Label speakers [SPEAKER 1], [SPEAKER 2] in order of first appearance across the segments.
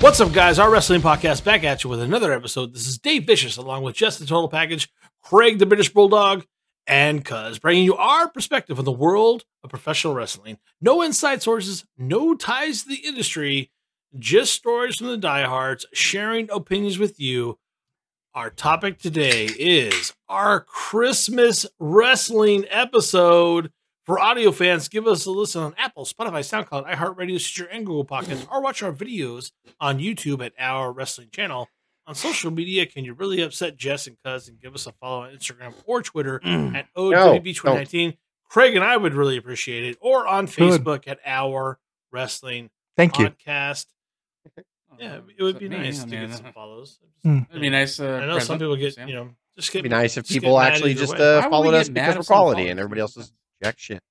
[SPEAKER 1] What's up, guys? Our wrestling podcast back at you with another episode. This is Dave Vicious along with Just the Total Package, Craig the British Bulldog, and Cuz, bringing you our perspective on the world of professional wrestling. No inside sources, no ties to the industry, just stories from the diehards, sharing opinions with you. Our topic today is our Christmas wrestling episode. For audio fans, give us a listen on Apple, Spotify, SoundCloud, iHeartRadio, Stitcher, and Google Podcasts, or watch our videos on YouTube at Our Wrestling Channel. On social media, can you really upset Jess and Cuz and give us a follow on Instagram or Twitter at OWB2019? Craig and I would really appreciate it, or on
[SPEAKER 2] Good.
[SPEAKER 1] Facebook at Our Wrestling
[SPEAKER 2] Thank you.
[SPEAKER 1] Podcast. Yeah, it would be nice to get some
[SPEAKER 3] It'd
[SPEAKER 1] follows.
[SPEAKER 2] Mm.
[SPEAKER 3] be nice. Uh,
[SPEAKER 1] I know some people get, you know, just get
[SPEAKER 4] It'd be nice if
[SPEAKER 1] just get
[SPEAKER 4] people
[SPEAKER 1] mad
[SPEAKER 4] actually
[SPEAKER 1] either
[SPEAKER 4] just
[SPEAKER 1] way.
[SPEAKER 4] uh,
[SPEAKER 3] Why would we
[SPEAKER 4] followed
[SPEAKER 3] get
[SPEAKER 4] us
[SPEAKER 3] mad
[SPEAKER 4] because
[SPEAKER 3] if
[SPEAKER 4] we're
[SPEAKER 3] someone
[SPEAKER 4] quality
[SPEAKER 3] follows
[SPEAKER 4] and
[SPEAKER 3] us?
[SPEAKER 4] everybody else is jack shit.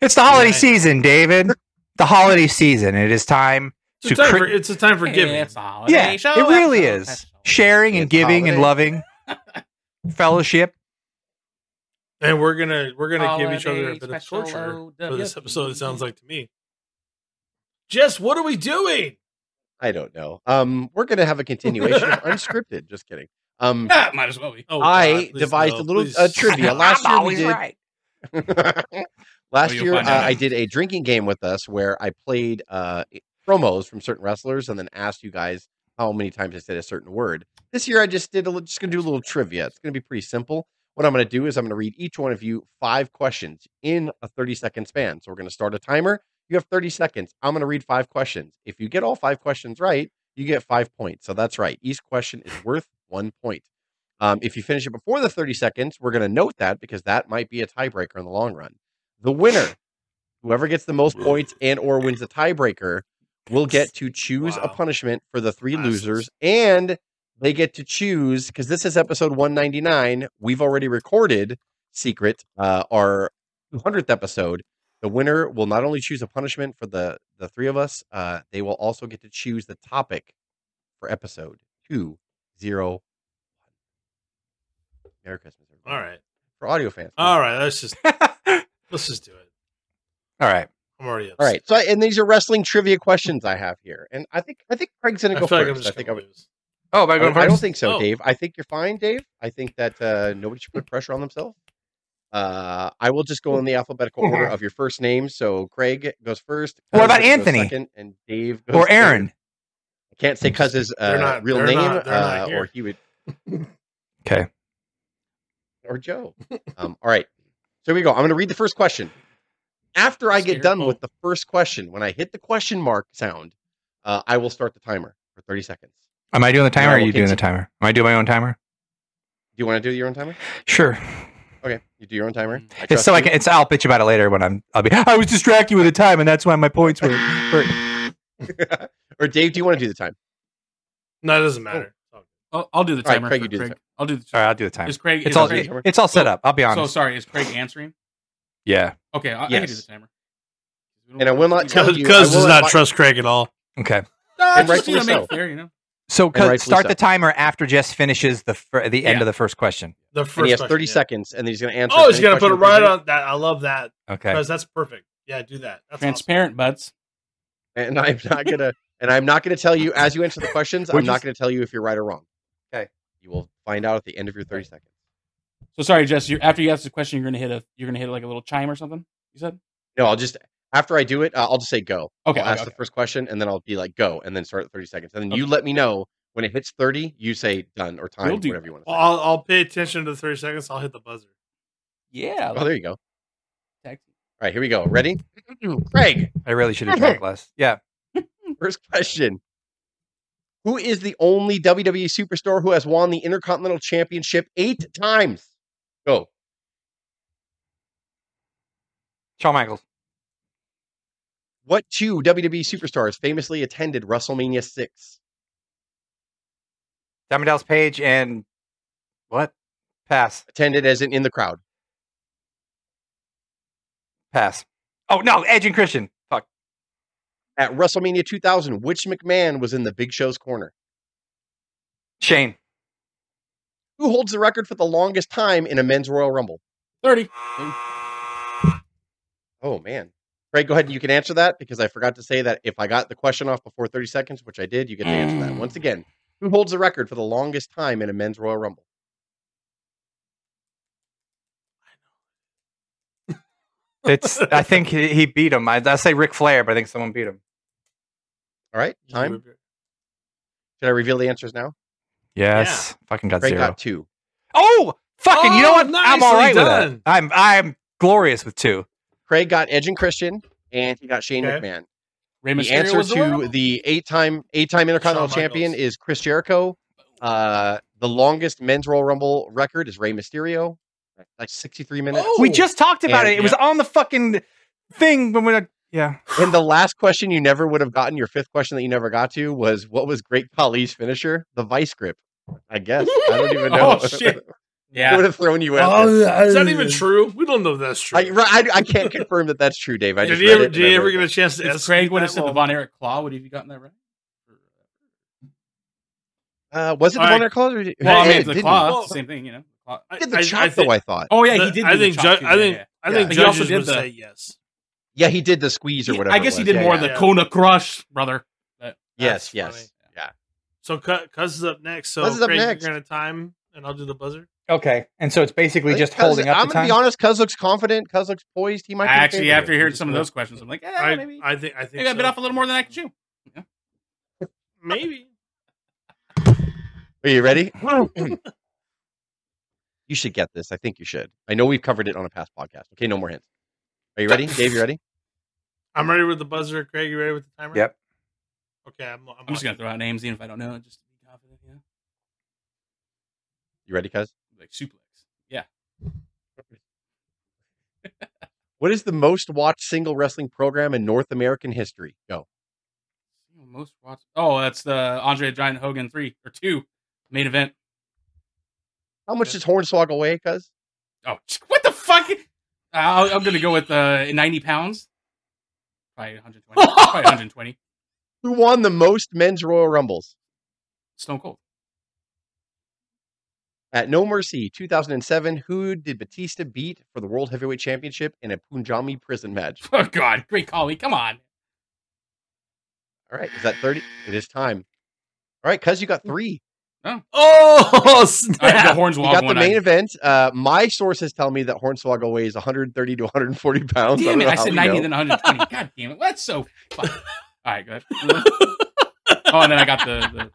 [SPEAKER 2] It's the holiday
[SPEAKER 1] Yeah.
[SPEAKER 2] season, David. The holiday season. It is time.
[SPEAKER 1] it's a
[SPEAKER 2] to
[SPEAKER 1] time
[SPEAKER 2] cri-
[SPEAKER 1] for it's a time for giving.
[SPEAKER 3] It's a holiday
[SPEAKER 2] Yeah,
[SPEAKER 3] show
[SPEAKER 2] it really
[SPEAKER 3] episode.
[SPEAKER 2] is. Sharing and
[SPEAKER 4] It's
[SPEAKER 2] giving and
[SPEAKER 4] holiday.
[SPEAKER 2] loving, fellowship.
[SPEAKER 1] and we're gonna we're gonna give each other a
[SPEAKER 3] Holiday
[SPEAKER 1] bit of
[SPEAKER 3] special
[SPEAKER 1] torture for
[SPEAKER 3] OWB.
[SPEAKER 1] this episode. It sounds like to me. Jess, what are we doing?
[SPEAKER 4] I don't know. Um, we're gonna have a continuation of unscripted. Just kidding. Um,
[SPEAKER 3] Ah, might as well be.
[SPEAKER 1] Oh,
[SPEAKER 4] I
[SPEAKER 1] God, please
[SPEAKER 4] devised
[SPEAKER 1] no,
[SPEAKER 4] a little
[SPEAKER 1] please.
[SPEAKER 4] uh, trivia. Last year we did.
[SPEAKER 2] right.
[SPEAKER 4] last
[SPEAKER 3] Oh, you'll
[SPEAKER 4] year uh,
[SPEAKER 3] find out.
[SPEAKER 4] I did a drinking game with us where I played uh, promos from certain wrestlers and then asked you guys how many times I said a certain word. This year I just did a, li- just gonna do a little trivia. It's gonna be pretty simple. What I'm gonna do is I'm gonna read each one of you five questions in a 30 second span. So we're gonna start a timer. You have 30 seconds. I'm gonna read five questions. If you get all five questions right, you get five points. So that's right. Each question is worth one point. Um, if you finish it before the 30 seconds, we're going to note that because that might be a tiebreaker in the long run. The winner, whoever gets the most points and or wins the tiebreaker, will get to choose a
[SPEAKER 1] Wow.
[SPEAKER 4] punishment for the three
[SPEAKER 1] Bastards.
[SPEAKER 4] losers, and they get to choose because this is episode 199. We've already recorded secret uh, our 200th episode. The winner will not only choose a punishment for the the three of us, uh, they will also get to choose the topic for episode two zero. Merry Christmas! Everybody.
[SPEAKER 1] All right,
[SPEAKER 4] for audio fans.
[SPEAKER 1] all right. Let's just
[SPEAKER 2] All
[SPEAKER 1] let's just do it.
[SPEAKER 2] right.
[SPEAKER 1] I'm already upset.
[SPEAKER 4] all right. So, I, and these are wrestling trivia questions I have here, and I think I think Craig's gonna
[SPEAKER 1] I
[SPEAKER 4] go
[SPEAKER 1] feel like I'm
[SPEAKER 4] first.
[SPEAKER 1] just
[SPEAKER 4] I think I
[SPEAKER 1] gonna
[SPEAKER 4] would.
[SPEAKER 1] lose.
[SPEAKER 2] Oh, am I
[SPEAKER 4] I
[SPEAKER 2] going
[SPEAKER 4] don't, I don't
[SPEAKER 2] first?
[SPEAKER 4] think so,
[SPEAKER 1] Oh.
[SPEAKER 4] Dave. I think you're fine, Dave. I think that uh, nobody should put pressure on themselves. Uh, I will just go in the alphabetical order of your first name. So Craig goes first.
[SPEAKER 2] What about
[SPEAKER 4] Cuz goes
[SPEAKER 2] Anthony?
[SPEAKER 4] second, and Dave goes
[SPEAKER 2] Or
[SPEAKER 4] third.
[SPEAKER 2] Aaron.
[SPEAKER 4] I can't say Cuz's uh,
[SPEAKER 1] They're not-
[SPEAKER 4] real
[SPEAKER 1] they're
[SPEAKER 4] name,
[SPEAKER 1] not- they're not
[SPEAKER 4] uh,
[SPEAKER 1] here.
[SPEAKER 4] or he would.
[SPEAKER 2] 'Kay.
[SPEAKER 4] Or Joe. Um, all right. So here we go. I'm going to read the first question. After I get
[SPEAKER 3] Scared
[SPEAKER 4] done
[SPEAKER 3] bolt.
[SPEAKER 4] with the first question, when I hit the question mark sound, uh, I will start the timer for 30 seconds.
[SPEAKER 2] Am I doing the timer or
[SPEAKER 4] Yeah,
[SPEAKER 2] are you
[SPEAKER 4] we'll
[SPEAKER 2] doing the
[SPEAKER 4] continue.
[SPEAKER 2] timer? Am I doing my own timer?
[SPEAKER 4] Do you want to do your own timer?
[SPEAKER 2] Sure.
[SPEAKER 4] Okay, you do your own timer. I
[SPEAKER 2] It's
[SPEAKER 4] trust
[SPEAKER 2] so I
[SPEAKER 4] you.
[SPEAKER 2] can, it's, I'll bitch about it later when I'm, I'll be, I was distracted with the time and that's why my points were. were-
[SPEAKER 4] or Dave, do you want to do the time?
[SPEAKER 1] No, it doesn't
[SPEAKER 4] Oh.
[SPEAKER 1] matter.
[SPEAKER 3] I'll, I'll do the
[SPEAKER 4] All right,
[SPEAKER 3] timer.
[SPEAKER 4] Craig,
[SPEAKER 3] for
[SPEAKER 4] you do the timer.
[SPEAKER 3] I'll do the
[SPEAKER 2] All
[SPEAKER 3] timer.
[SPEAKER 2] right, I'll do the timer.
[SPEAKER 3] Is Craig?
[SPEAKER 2] It's
[SPEAKER 3] is
[SPEAKER 2] all,
[SPEAKER 3] Craig-
[SPEAKER 4] it-
[SPEAKER 2] it's all set up. I'll be
[SPEAKER 3] so
[SPEAKER 2] honest.
[SPEAKER 3] sorry. Is Craig answering?
[SPEAKER 2] Yeah.
[SPEAKER 3] Okay, I, I can do
[SPEAKER 4] Yes.
[SPEAKER 3] the timer.
[SPEAKER 4] And I will not tell
[SPEAKER 1] Cuz
[SPEAKER 4] you. I
[SPEAKER 1] Cuz does
[SPEAKER 4] will
[SPEAKER 1] not
[SPEAKER 4] advi-
[SPEAKER 1] trust Craig at all.
[SPEAKER 2] Okay.
[SPEAKER 3] No,
[SPEAKER 4] And
[SPEAKER 3] just, you know,
[SPEAKER 4] rightfully
[SPEAKER 3] make
[SPEAKER 4] so.
[SPEAKER 3] it fair, you know.
[SPEAKER 2] So cut,
[SPEAKER 4] rightfully
[SPEAKER 2] start
[SPEAKER 4] so.
[SPEAKER 2] the timer after Jess finishes the fir- the end
[SPEAKER 3] Yeah.
[SPEAKER 2] of the first question.
[SPEAKER 1] The first
[SPEAKER 4] And he has 30
[SPEAKER 1] question, yeah.
[SPEAKER 4] seconds, and then he's going to answer.
[SPEAKER 1] Oh,
[SPEAKER 4] as
[SPEAKER 1] he's
[SPEAKER 4] many
[SPEAKER 1] gonna put it
[SPEAKER 4] questions as
[SPEAKER 1] right
[SPEAKER 4] he-
[SPEAKER 1] on that. I love that
[SPEAKER 2] Okay.
[SPEAKER 1] because that's perfect. Yeah, do that. That's awesome.
[SPEAKER 3] Transparent butts.
[SPEAKER 4] And I'm not going to. And I'm not going to tell you as you answer the questions.
[SPEAKER 2] Which
[SPEAKER 4] I'm not
[SPEAKER 2] is-
[SPEAKER 4] going to tell you if you're right or wrong.
[SPEAKER 2] Okay.
[SPEAKER 4] You will find out at the end of your 30 seconds.
[SPEAKER 3] So sorry, Jess. You're, after you ask the question, you're gonna hit a you're gonna hit like a little chime or something. You said.
[SPEAKER 4] No, I'll just after I do it, uh, I'll just say go.
[SPEAKER 3] Okay,
[SPEAKER 4] I'll
[SPEAKER 3] okay,
[SPEAKER 4] ask
[SPEAKER 3] okay.
[SPEAKER 4] the first question, and then I'll be like go, and then start at 30 seconds, and then you let me know when it hits 30. You say done or time,
[SPEAKER 3] We'll do
[SPEAKER 4] whatever you want to
[SPEAKER 1] Well,
[SPEAKER 4] say.
[SPEAKER 1] I'll, I'll pay attention to the 30 seconds. I'll hit the buzzer.
[SPEAKER 3] Yeah.
[SPEAKER 4] Oh, there you go. All
[SPEAKER 3] like,
[SPEAKER 4] right, here we go. Ready? Craig.
[SPEAKER 2] I really should have drank less. Yeah.
[SPEAKER 4] First question. Who is the only WWE superstar who has won the Intercontinental Championship eight times? Go.
[SPEAKER 2] Shawn Michaels.
[SPEAKER 4] What two WWE superstars famously attended WrestleMania 6?
[SPEAKER 2] Diamond Dallas Page and what? Pass.
[SPEAKER 4] Attended as in in the crowd.
[SPEAKER 2] Pass. Oh no, Edge and Christian. Fuck.
[SPEAKER 4] At WrestleMania 2000, which McMahon was in the Big Show's corner?
[SPEAKER 2] Shane.
[SPEAKER 4] Who holds the record for the longest time in a men's Royal Rumble?
[SPEAKER 3] Thirty.
[SPEAKER 4] Oh, man. Craig, go ahead and you can answer that because I forgot to say that if I got the question off before 30 seconds, which I did, you get to answer that.
[SPEAKER 3] Mm.
[SPEAKER 4] Once again, who holds the record for the longest time in a men's Royal Rumble?
[SPEAKER 2] It's. I think he, he beat him. I, I say Ric Flair, but I think someone beat him.
[SPEAKER 4] All right, time. Should I reveal the answers now?
[SPEAKER 2] Yes. Fucking got
[SPEAKER 4] Craig
[SPEAKER 2] zero.
[SPEAKER 4] got two.
[SPEAKER 2] Oh, fucking! you know
[SPEAKER 1] Oh,
[SPEAKER 2] what? I'm all
[SPEAKER 1] nicely
[SPEAKER 2] right with
[SPEAKER 1] done.
[SPEAKER 2] that. I'm I'm glorious with two.
[SPEAKER 4] Craig got Edge and Christian, and he got Shane
[SPEAKER 1] Okay.
[SPEAKER 4] McMahon.
[SPEAKER 3] Rey
[SPEAKER 4] The
[SPEAKER 3] Mysterio
[SPEAKER 4] answer
[SPEAKER 3] was the Royal
[SPEAKER 4] to
[SPEAKER 3] Rumble?
[SPEAKER 4] the eight-time eight-time Intercontinental
[SPEAKER 1] Shawn
[SPEAKER 4] Champion
[SPEAKER 1] Michaels.
[SPEAKER 4] is Chris Jericho. Uh, the longest men's Royal Rumble record is Rey Mysterio, like 63 minutes.
[SPEAKER 1] Oh.
[SPEAKER 2] We just talked about
[SPEAKER 4] And-
[SPEAKER 2] it. It was on the fucking thing when we were. Yeah.
[SPEAKER 4] And the last question you never would have gotten, your fifth question that you never got to was what was Great Khali's finisher? The vice grip. I guess. I don't even know.
[SPEAKER 3] Oh, shit.
[SPEAKER 4] I would
[SPEAKER 3] Yeah. Oh,
[SPEAKER 4] have thrown you out. there.
[SPEAKER 1] Is that
[SPEAKER 3] Uh,
[SPEAKER 1] even true? We don't know if that's true.
[SPEAKER 4] I, right, I, I can't confirm that that's true, Dave. I
[SPEAKER 1] did
[SPEAKER 4] just
[SPEAKER 1] you
[SPEAKER 4] read
[SPEAKER 1] ever,
[SPEAKER 4] it
[SPEAKER 1] did
[SPEAKER 4] and
[SPEAKER 1] you
[SPEAKER 4] I
[SPEAKER 1] ever
[SPEAKER 4] wrote
[SPEAKER 1] get
[SPEAKER 4] it.
[SPEAKER 1] a chance to
[SPEAKER 3] If
[SPEAKER 1] ask
[SPEAKER 3] Craig
[SPEAKER 1] me
[SPEAKER 3] would have
[SPEAKER 1] that?
[SPEAKER 3] said the Von Erich Claw, would he have gotten that right?
[SPEAKER 4] uh, was it the
[SPEAKER 1] All right.
[SPEAKER 4] Bonner Claw? Or did,
[SPEAKER 3] Well, I
[SPEAKER 4] Hey,
[SPEAKER 3] mean, the
[SPEAKER 4] didn't
[SPEAKER 3] Claw,
[SPEAKER 4] you?
[SPEAKER 1] he?
[SPEAKER 3] it's the same thing, you know. the claw.
[SPEAKER 4] He did the
[SPEAKER 1] I- I
[SPEAKER 4] chop,
[SPEAKER 1] think-
[SPEAKER 4] though, I thought.
[SPEAKER 3] Oh yeah, he
[SPEAKER 1] The-
[SPEAKER 3] did.
[SPEAKER 1] I
[SPEAKER 3] do the
[SPEAKER 1] think
[SPEAKER 3] chop,
[SPEAKER 1] ju-
[SPEAKER 3] too,
[SPEAKER 1] I
[SPEAKER 3] yeah,
[SPEAKER 1] think-
[SPEAKER 3] yeah.
[SPEAKER 1] I
[SPEAKER 4] Yeah.
[SPEAKER 1] think
[SPEAKER 3] But he also
[SPEAKER 1] judges
[SPEAKER 3] did
[SPEAKER 1] would
[SPEAKER 3] the-
[SPEAKER 1] say yes.
[SPEAKER 4] Yeah, he did the squeeze or
[SPEAKER 3] He-
[SPEAKER 4] whatever.
[SPEAKER 3] I
[SPEAKER 4] it
[SPEAKER 3] guess he
[SPEAKER 4] was.
[SPEAKER 3] did
[SPEAKER 4] Yeah,
[SPEAKER 3] more
[SPEAKER 4] yeah.
[SPEAKER 3] of the Kona Crush, brother. But-
[SPEAKER 4] Yes,
[SPEAKER 1] That's
[SPEAKER 4] yes.
[SPEAKER 1] So Cuz is up next. So
[SPEAKER 4] Cuz is up
[SPEAKER 1] Craig,
[SPEAKER 4] next.
[SPEAKER 1] you're gonna time, and I'll do the buzzer.
[SPEAKER 2] Okay. And so it's basically just
[SPEAKER 4] Cuz-
[SPEAKER 2] holding up
[SPEAKER 4] I'm
[SPEAKER 2] the
[SPEAKER 4] gonna
[SPEAKER 2] time.
[SPEAKER 4] be honest. Cuz looks confident. Cuz looks poised. He might. Be
[SPEAKER 3] actually,
[SPEAKER 4] favorite.
[SPEAKER 3] after hearing
[SPEAKER 4] Just
[SPEAKER 3] some of
[SPEAKER 4] gonna-
[SPEAKER 3] those questions, I'm like, eh,
[SPEAKER 1] I,
[SPEAKER 3] maybe,
[SPEAKER 1] I think I think
[SPEAKER 3] maybe I bit
[SPEAKER 1] so.
[SPEAKER 3] off a little more than I could chew.
[SPEAKER 1] Maybe.
[SPEAKER 4] Are you ready? you should get this. I think you should. I know we've covered it on a past podcast. Okay, no more hints. Are you ready, Dave? You ready?
[SPEAKER 1] I'm ready with the buzzer. Craig, you ready with the timer?
[SPEAKER 2] Yep.
[SPEAKER 1] Okay, I'm, I'm,
[SPEAKER 3] I'm just gonna throw out names even if I don't know. it, Just to be confident, yeah.
[SPEAKER 4] You ready, Cuz?
[SPEAKER 3] Like suplex. Yeah.
[SPEAKER 4] What is the most watched single wrestling program in North American history? Go.
[SPEAKER 3] Most watched. Oh, that's the Andre the Giant Hogan three or two main event.
[SPEAKER 4] How much does Hornswoggle weigh, Cuz?
[SPEAKER 3] Oh, what the fuck? I'll, I'm gonna go with uh, 90 pounds. Probably 120. Probably 120.
[SPEAKER 4] Who won the most men's Royal Rumbles?
[SPEAKER 3] Stone Cold.
[SPEAKER 4] At No Mercy 2007, who did Batista beat for the World Heavyweight Championship in a Punjabi prison match?
[SPEAKER 3] Oh God, great collie. Come on.
[SPEAKER 4] All right, is that 30? It is time. All right, Cuz, you got three.
[SPEAKER 1] Oh
[SPEAKER 3] All right,
[SPEAKER 1] snap!
[SPEAKER 3] the
[SPEAKER 4] You
[SPEAKER 3] Hornswoggle
[SPEAKER 4] got the
[SPEAKER 3] one.
[SPEAKER 4] main
[SPEAKER 3] I,
[SPEAKER 4] event. Uh, my sources tell me that Hornswoggle weighs 130 to 140 pounds.
[SPEAKER 3] damn
[SPEAKER 4] don't
[SPEAKER 3] it!
[SPEAKER 4] know
[SPEAKER 3] I
[SPEAKER 4] how
[SPEAKER 3] said
[SPEAKER 4] we
[SPEAKER 3] 90,
[SPEAKER 4] know.
[SPEAKER 3] then 120. God damn it! That's so. Fuck. All right, good. oh, and then I got the. the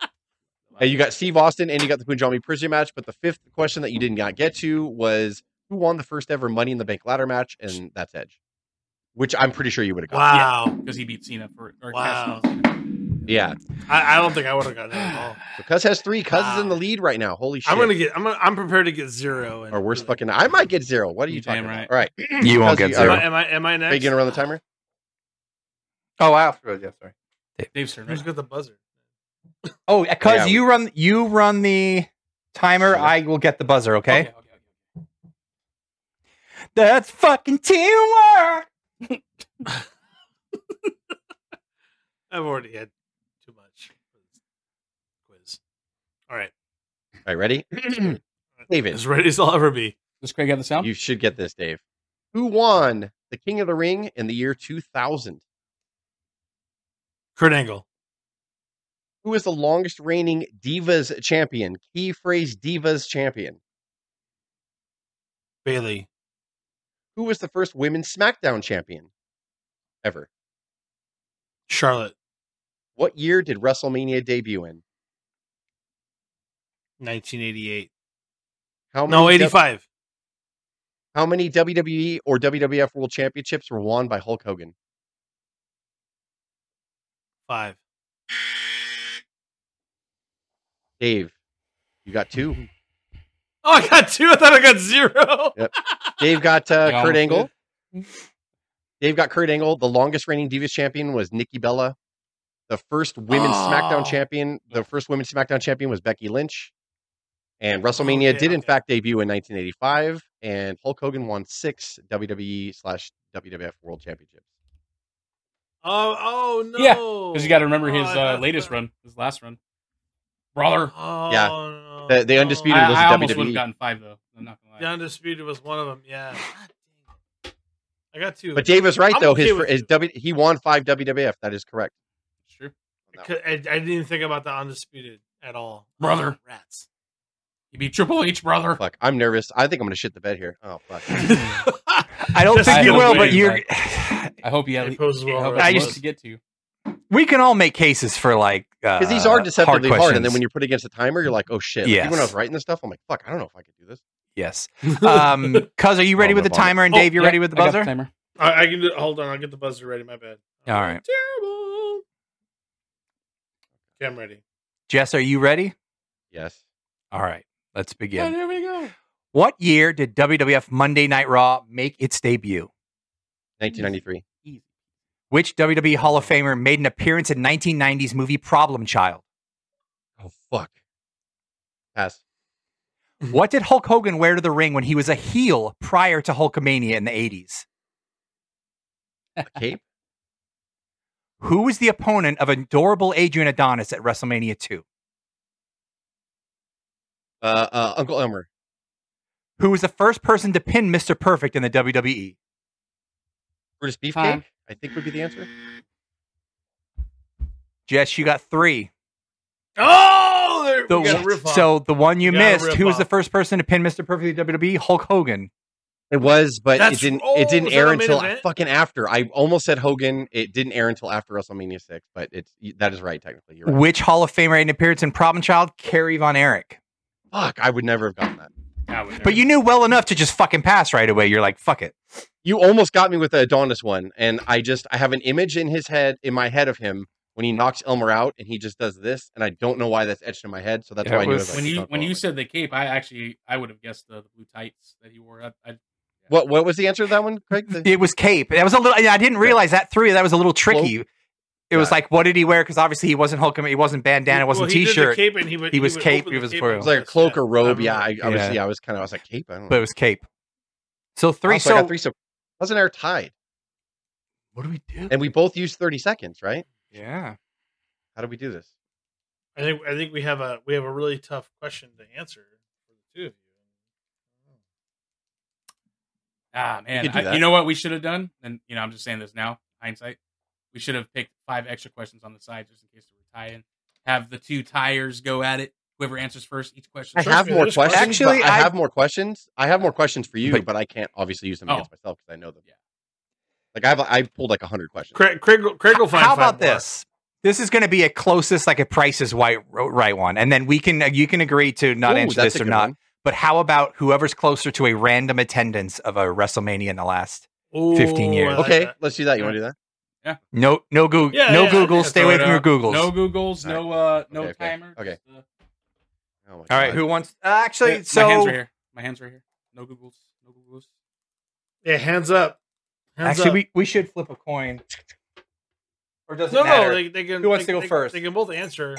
[SPEAKER 4] Uh, you got Steve Austin and you got the Punjabi prison match. But the fifth question that you did not get to was who won the first ever Money in the Bank ladder match, and that's Edge, which I'm pretty sure you would have got.
[SPEAKER 1] Wow.
[SPEAKER 3] because he beat Cena for or
[SPEAKER 1] Wow.
[SPEAKER 3] Cassidy.
[SPEAKER 4] Yeah.
[SPEAKER 1] I, I don't think I would have gotten that at all.
[SPEAKER 4] So Cuz has three. Cuz is in the
[SPEAKER 1] Wow.
[SPEAKER 4] lead right now. Holy shit.
[SPEAKER 1] I'm gonna get. I'm gonna, I'm prepared to get zero. And
[SPEAKER 4] Or worse fucking. I might get zero. What are you
[SPEAKER 3] You
[SPEAKER 4] talking
[SPEAKER 3] damn
[SPEAKER 4] about?
[SPEAKER 3] right.
[SPEAKER 4] All right.
[SPEAKER 2] You won't
[SPEAKER 4] Cuz,
[SPEAKER 2] get
[SPEAKER 1] Am
[SPEAKER 4] you-
[SPEAKER 2] zero.
[SPEAKER 1] I, am I? Am I
[SPEAKER 4] Are you
[SPEAKER 1] next?
[SPEAKER 4] going to run the timer?
[SPEAKER 2] Oh, I afterwards. Yeah, sorry.
[SPEAKER 3] Dave's turn.
[SPEAKER 1] Who's
[SPEAKER 3] Right?
[SPEAKER 1] got the buzzer?
[SPEAKER 2] Oh, because
[SPEAKER 4] Yeah.
[SPEAKER 2] you run you run the timer. I will get the buzzer. Okay.
[SPEAKER 3] okay, okay.
[SPEAKER 2] That's fucking teamwork.
[SPEAKER 1] I've already had too much for this quiz. All right,
[SPEAKER 4] All right, ready? David,
[SPEAKER 1] as ready as I'll ever be.
[SPEAKER 3] Does Craig have the sound?
[SPEAKER 4] you should get this, Dave. Who won the King of the Ring in the year 2000?
[SPEAKER 1] Kurt Angle.
[SPEAKER 4] Who is the longest reigning Divas champion? Key phrase Divas champion.
[SPEAKER 1] Bailey.
[SPEAKER 4] Who was the first women's SmackDown champion ever?
[SPEAKER 1] Charlotte.
[SPEAKER 4] What year did WrestleMania debut in?
[SPEAKER 1] 1988.
[SPEAKER 4] How
[SPEAKER 1] No,
[SPEAKER 4] many
[SPEAKER 1] 85.
[SPEAKER 4] how many WWE or WWF World Championships were won by Hulk Hogan?
[SPEAKER 1] Five.
[SPEAKER 4] Dave, you got two.
[SPEAKER 1] Oh, I got two. I thought I got zero.
[SPEAKER 4] Yep. Dave got
[SPEAKER 3] I
[SPEAKER 4] uh, Kurt
[SPEAKER 3] almost
[SPEAKER 4] Angle.
[SPEAKER 3] did.
[SPEAKER 4] Dave got Kurt Angle. The longest reigning Divas champion was Nikki Bella. The first women's SmackDown
[SPEAKER 1] Oh.
[SPEAKER 4] champion, the first women's SmackDown champion was Becky Lynch. And WrestleMania
[SPEAKER 1] Okay,
[SPEAKER 4] did in
[SPEAKER 1] okay.
[SPEAKER 4] fact debut in 1985, and Hulk Hogan won six WWE slash WWF World Championships.
[SPEAKER 1] Oh, oh no.
[SPEAKER 3] Yeah, Because you got to remember
[SPEAKER 1] Oh,
[SPEAKER 3] his
[SPEAKER 1] I
[SPEAKER 3] uh,
[SPEAKER 1] thought
[SPEAKER 3] latest
[SPEAKER 1] that-
[SPEAKER 3] run, his last run. Brawler.
[SPEAKER 1] Oh,
[SPEAKER 4] Yeah.
[SPEAKER 1] no. Oh,
[SPEAKER 4] The- the Undisputed
[SPEAKER 3] I,
[SPEAKER 4] was
[SPEAKER 3] I
[SPEAKER 4] a
[SPEAKER 3] almost
[SPEAKER 4] WWE.
[SPEAKER 3] would have gotten five though. I'm not gonna lie.
[SPEAKER 1] The Undisputed was one of them. Yeah. I got two.
[SPEAKER 4] But Dave is right
[SPEAKER 1] I'm
[SPEAKER 4] though.
[SPEAKER 1] okay
[SPEAKER 4] his
[SPEAKER 1] with
[SPEAKER 4] his
[SPEAKER 1] you.
[SPEAKER 4] w, he won five WWF. That is correct.
[SPEAKER 3] It's true.
[SPEAKER 1] I cou- I, I didn't even think about the undisputed at all,
[SPEAKER 3] Brother.
[SPEAKER 1] Rats.
[SPEAKER 3] You beat Triple H, brother.
[SPEAKER 4] Fuck, I'm nervous. I think I'm gonna shit the bed here. Oh fuck.
[SPEAKER 2] I don't
[SPEAKER 1] Just-
[SPEAKER 2] think
[SPEAKER 3] I
[SPEAKER 2] you
[SPEAKER 3] don't
[SPEAKER 2] will,
[SPEAKER 3] believe
[SPEAKER 2] but you're.
[SPEAKER 3] I hope you have.
[SPEAKER 1] It poses well.
[SPEAKER 3] I hope
[SPEAKER 1] right?
[SPEAKER 2] I
[SPEAKER 3] I
[SPEAKER 2] used
[SPEAKER 3] to get to you.
[SPEAKER 2] we can all make cases for like uh, because
[SPEAKER 4] Because
[SPEAKER 1] uh,
[SPEAKER 4] these are deceptively hard, and then when you're put against a timer, you're like, oh shit. Like, even when I was
[SPEAKER 2] Yes.
[SPEAKER 4] writing this stuff, I'm like, fuck, I don't know if I could do this.
[SPEAKER 2] yes, um, cuz are you ready
[SPEAKER 4] Oh,
[SPEAKER 2] with
[SPEAKER 4] my
[SPEAKER 2] the timer? And
[SPEAKER 1] vomit.
[SPEAKER 2] Dave, you're
[SPEAKER 3] Yeah,
[SPEAKER 2] ready with the
[SPEAKER 3] I got
[SPEAKER 2] buzzer?
[SPEAKER 3] timer.
[SPEAKER 1] I, I can do, hold on. I'll get the buzzer ready. My bad.
[SPEAKER 2] All right.
[SPEAKER 1] Terrible. Okay, I'm ready.
[SPEAKER 2] Jess, are you ready?
[SPEAKER 4] Yes.
[SPEAKER 1] Mm-hmm.
[SPEAKER 2] All right, let's
[SPEAKER 3] Yeah,
[SPEAKER 2] begin.
[SPEAKER 3] there we go.
[SPEAKER 2] What year did WWF Monday Night Raw make its debut?
[SPEAKER 4] 1993.
[SPEAKER 3] Easy.
[SPEAKER 2] Which WWE Hall of Famer made an appearance in 1990s movie Problem Child?
[SPEAKER 4] Oh fuck. Pass.
[SPEAKER 2] What did Hulk Hogan wear to the ring when he was a heel prior to Hulkamania in the 80s?
[SPEAKER 4] A cape.
[SPEAKER 2] Who was the opponent of adorable Adrian Adonis at WrestleMania 2?
[SPEAKER 4] Uh, uh, Uncle Elmer.
[SPEAKER 2] Who was the first person to pin Mr. Perfect in the E? WWE?
[SPEAKER 4] Brutus Beefcake.
[SPEAKER 3] Time.
[SPEAKER 4] I think would be the answer.
[SPEAKER 2] Jess, you got three.
[SPEAKER 1] Oh, there,
[SPEAKER 2] The
[SPEAKER 1] we got a
[SPEAKER 2] one-
[SPEAKER 1] riff off.
[SPEAKER 2] so the one you
[SPEAKER 1] We got a
[SPEAKER 2] missed,
[SPEAKER 1] rip
[SPEAKER 2] who was
[SPEAKER 1] off.
[SPEAKER 2] the first person to pin Mr. Perfect in the WWE? Hulk Hogan.
[SPEAKER 4] It was, but
[SPEAKER 1] That's-
[SPEAKER 4] it didn't.
[SPEAKER 1] oh,
[SPEAKER 4] it didn't
[SPEAKER 1] was that
[SPEAKER 4] air
[SPEAKER 1] our main
[SPEAKER 4] until
[SPEAKER 1] event?
[SPEAKER 4] fucking after. I almost said Hogan. It didn't air until after WrestleMania six, but it's that is right technically. You're right.
[SPEAKER 2] Which Hall of Famer made an appearance in Problem Child? Kerry Von Erich.
[SPEAKER 4] Fuck, I would never have gotten that.
[SPEAKER 3] I would
[SPEAKER 2] But you knew well enough to just fucking pass right away. You're like, fuck it.
[SPEAKER 4] You almost got me with the Adonis one, and I just I have an image in his head in my head of him when he knocks Elmer out, and he just does this, and I don't know why that's etched in my head. So that's
[SPEAKER 2] Yeah,
[SPEAKER 4] why
[SPEAKER 2] it
[SPEAKER 4] I knew.
[SPEAKER 2] was-
[SPEAKER 4] it
[SPEAKER 3] when
[SPEAKER 4] like,
[SPEAKER 3] you
[SPEAKER 4] Uncle
[SPEAKER 3] when you
[SPEAKER 4] Elmer.
[SPEAKER 3] said the cape, I actually I would have guessed the, the blue tights that he wore. I, I,
[SPEAKER 4] what what was the answer to that one, Craig? The-
[SPEAKER 2] It was Cape. That was a little. I didn't realize that three. That was a little tricky. it was
[SPEAKER 4] Yeah.
[SPEAKER 2] like, what did he wear? Because obviously he wasn't Hulk. He wasn't bandana.
[SPEAKER 1] Well,
[SPEAKER 2] wasn't
[SPEAKER 1] he did the
[SPEAKER 2] t-shirt.
[SPEAKER 1] Cape and he, would,
[SPEAKER 2] He was
[SPEAKER 1] would
[SPEAKER 2] cape,
[SPEAKER 1] open
[SPEAKER 2] he
[SPEAKER 1] the
[SPEAKER 2] was
[SPEAKER 1] cape
[SPEAKER 2] foil.
[SPEAKER 4] it
[SPEAKER 1] and
[SPEAKER 4] was like a
[SPEAKER 1] this,
[SPEAKER 4] cloak
[SPEAKER 1] yeah.
[SPEAKER 4] or robe.
[SPEAKER 1] I
[SPEAKER 4] Yeah, I,
[SPEAKER 1] remember.
[SPEAKER 4] I was.
[SPEAKER 2] Yeah.
[SPEAKER 4] Yeah. I was kind of. I was like cape. I don't
[SPEAKER 2] But it
[SPEAKER 4] know.
[SPEAKER 2] was Cape. So three.
[SPEAKER 4] Also, I
[SPEAKER 2] so
[SPEAKER 4] got three. So wasn't air tied,
[SPEAKER 2] what do we do?
[SPEAKER 4] and we both used thirty seconds, right?
[SPEAKER 2] Yeah.
[SPEAKER 4] How do we do this?
[SPEAKER 1] I think I think we have a we have a really tough question to answer for the two of you.
[SPEAKER 3] ah man,
[SPEAKER 4] could do
[SPEAKER 3] I-
[SPEAKER 4] that.
[SPEAKER 3] you know what we should have done? And you know I'm just saying this now, hindsight. We should have picked five extra questions on the side just in case we were tie in. Have the two tires go at it. Whoever answers first, each question.
[SPEAKER 4] I
[SPEAKER 1] Sure,
[SPEAKER 4] have
[SPEAKER 1] yeah,
[SPEAKER 4] more
[SPEAKER 1] there's questions.
[SPEAKER 4] questions.
[SPEAKER 2] Actually,
[SPEAKER 4] Actually, I,
[SPEAKER 2] I-
[SPEAKER 4] have more questions. I have more questions for you,
[SPEAKER 2] But-
[SPEAKER 4] but, I can't obviously use them
[SPEAKER 3] Oh.
[SPEAKER 4] against myself because I know them.
[SPEAKER 3] Yeah.
[SPEAKER 4] Like I have, I pulled like hundred questions.
[SPEAKER 1] Craig, Craig, Craig will find.
[SPEAKER 2] How
[SPEAKER 1] five
[SPEAKER 2] about
[SPEAKER 1] more.
[SPEAKER 2] this? This is going to be a closest, like a Price is White right one, and then we can uh, you can agree to not
[SPEAKER 4] Ooh,
[SPEAKER 2] answer
[SPEAKER 4] that's
[SPEAKER 2] this
[SPEAKER 4] a
[SPEAKER 2] or
[SPEAKER 4] good
[SPEAKER 2] not.
[SPEAKER 4] one.
[SPEAKER 2] But how about whoever's closer to a random attendance of a WrestleMania in the last? 15
[SPEAKER 1] Ooh,
[SPEAKER 2] years.
[SPEAKER 1] I like
[SPEAKER 4] Okay,
[SPEAKER 1] that.
[SPEAKER 4] let's do that. You want to do that?
[SPEAKER 2] No, no Google,
[SPEAKER 1] Yeah,
[SPEAKER 2] no
[SPEAKER 1] yeah,
[SPEAKER 2] Google.
[SPEAKER 1] yeah,
[SPEAKER 2] Stay
[SPEAKER 1] throw
[SPEAKER 2] away
[SPEAKER 1] it
[SPEAKER 2] from your
[SPEAKER 1] out.
[SPEAKER 2] Googles.
[SPEAKER 3] No Googles, no uh no
[SPEAKER 4] Okay, okay,
[SPEAKER 3] timer.
[SPEAKER 4] okay.
[SPEAKER 3] just, uh,
[SPEAKER 4] Oh my
[SPEAKER 2] All right,
[SPEAKER 4] God.
[SPEAKER 2] who wants? uh, Actually,
[SPEAKER 3] yeah,
[SPEAKER 2] so
[SPEAKER 3] my hands right here. My hands right here. No Googles. No Googles.
[SPEAKER 1] Yeah, hands up. Hands
[SPEAKER 2] Actually,
[SPEAKER 1] up.
[SPEAKER 2] we, we should flip a coin. Or does it
[SPEAKER 1] no,
[SPEAKER 2] matter?
[SPEAKER 1] no, they, they can.
[SPEAKER 2] Who wants
[SPEAKER 1] they-
[SPEAKER 2] to go
[SPEAKER 1] they-
[SPEAKER 2] first?
[SPEAKER 1] They can both answer.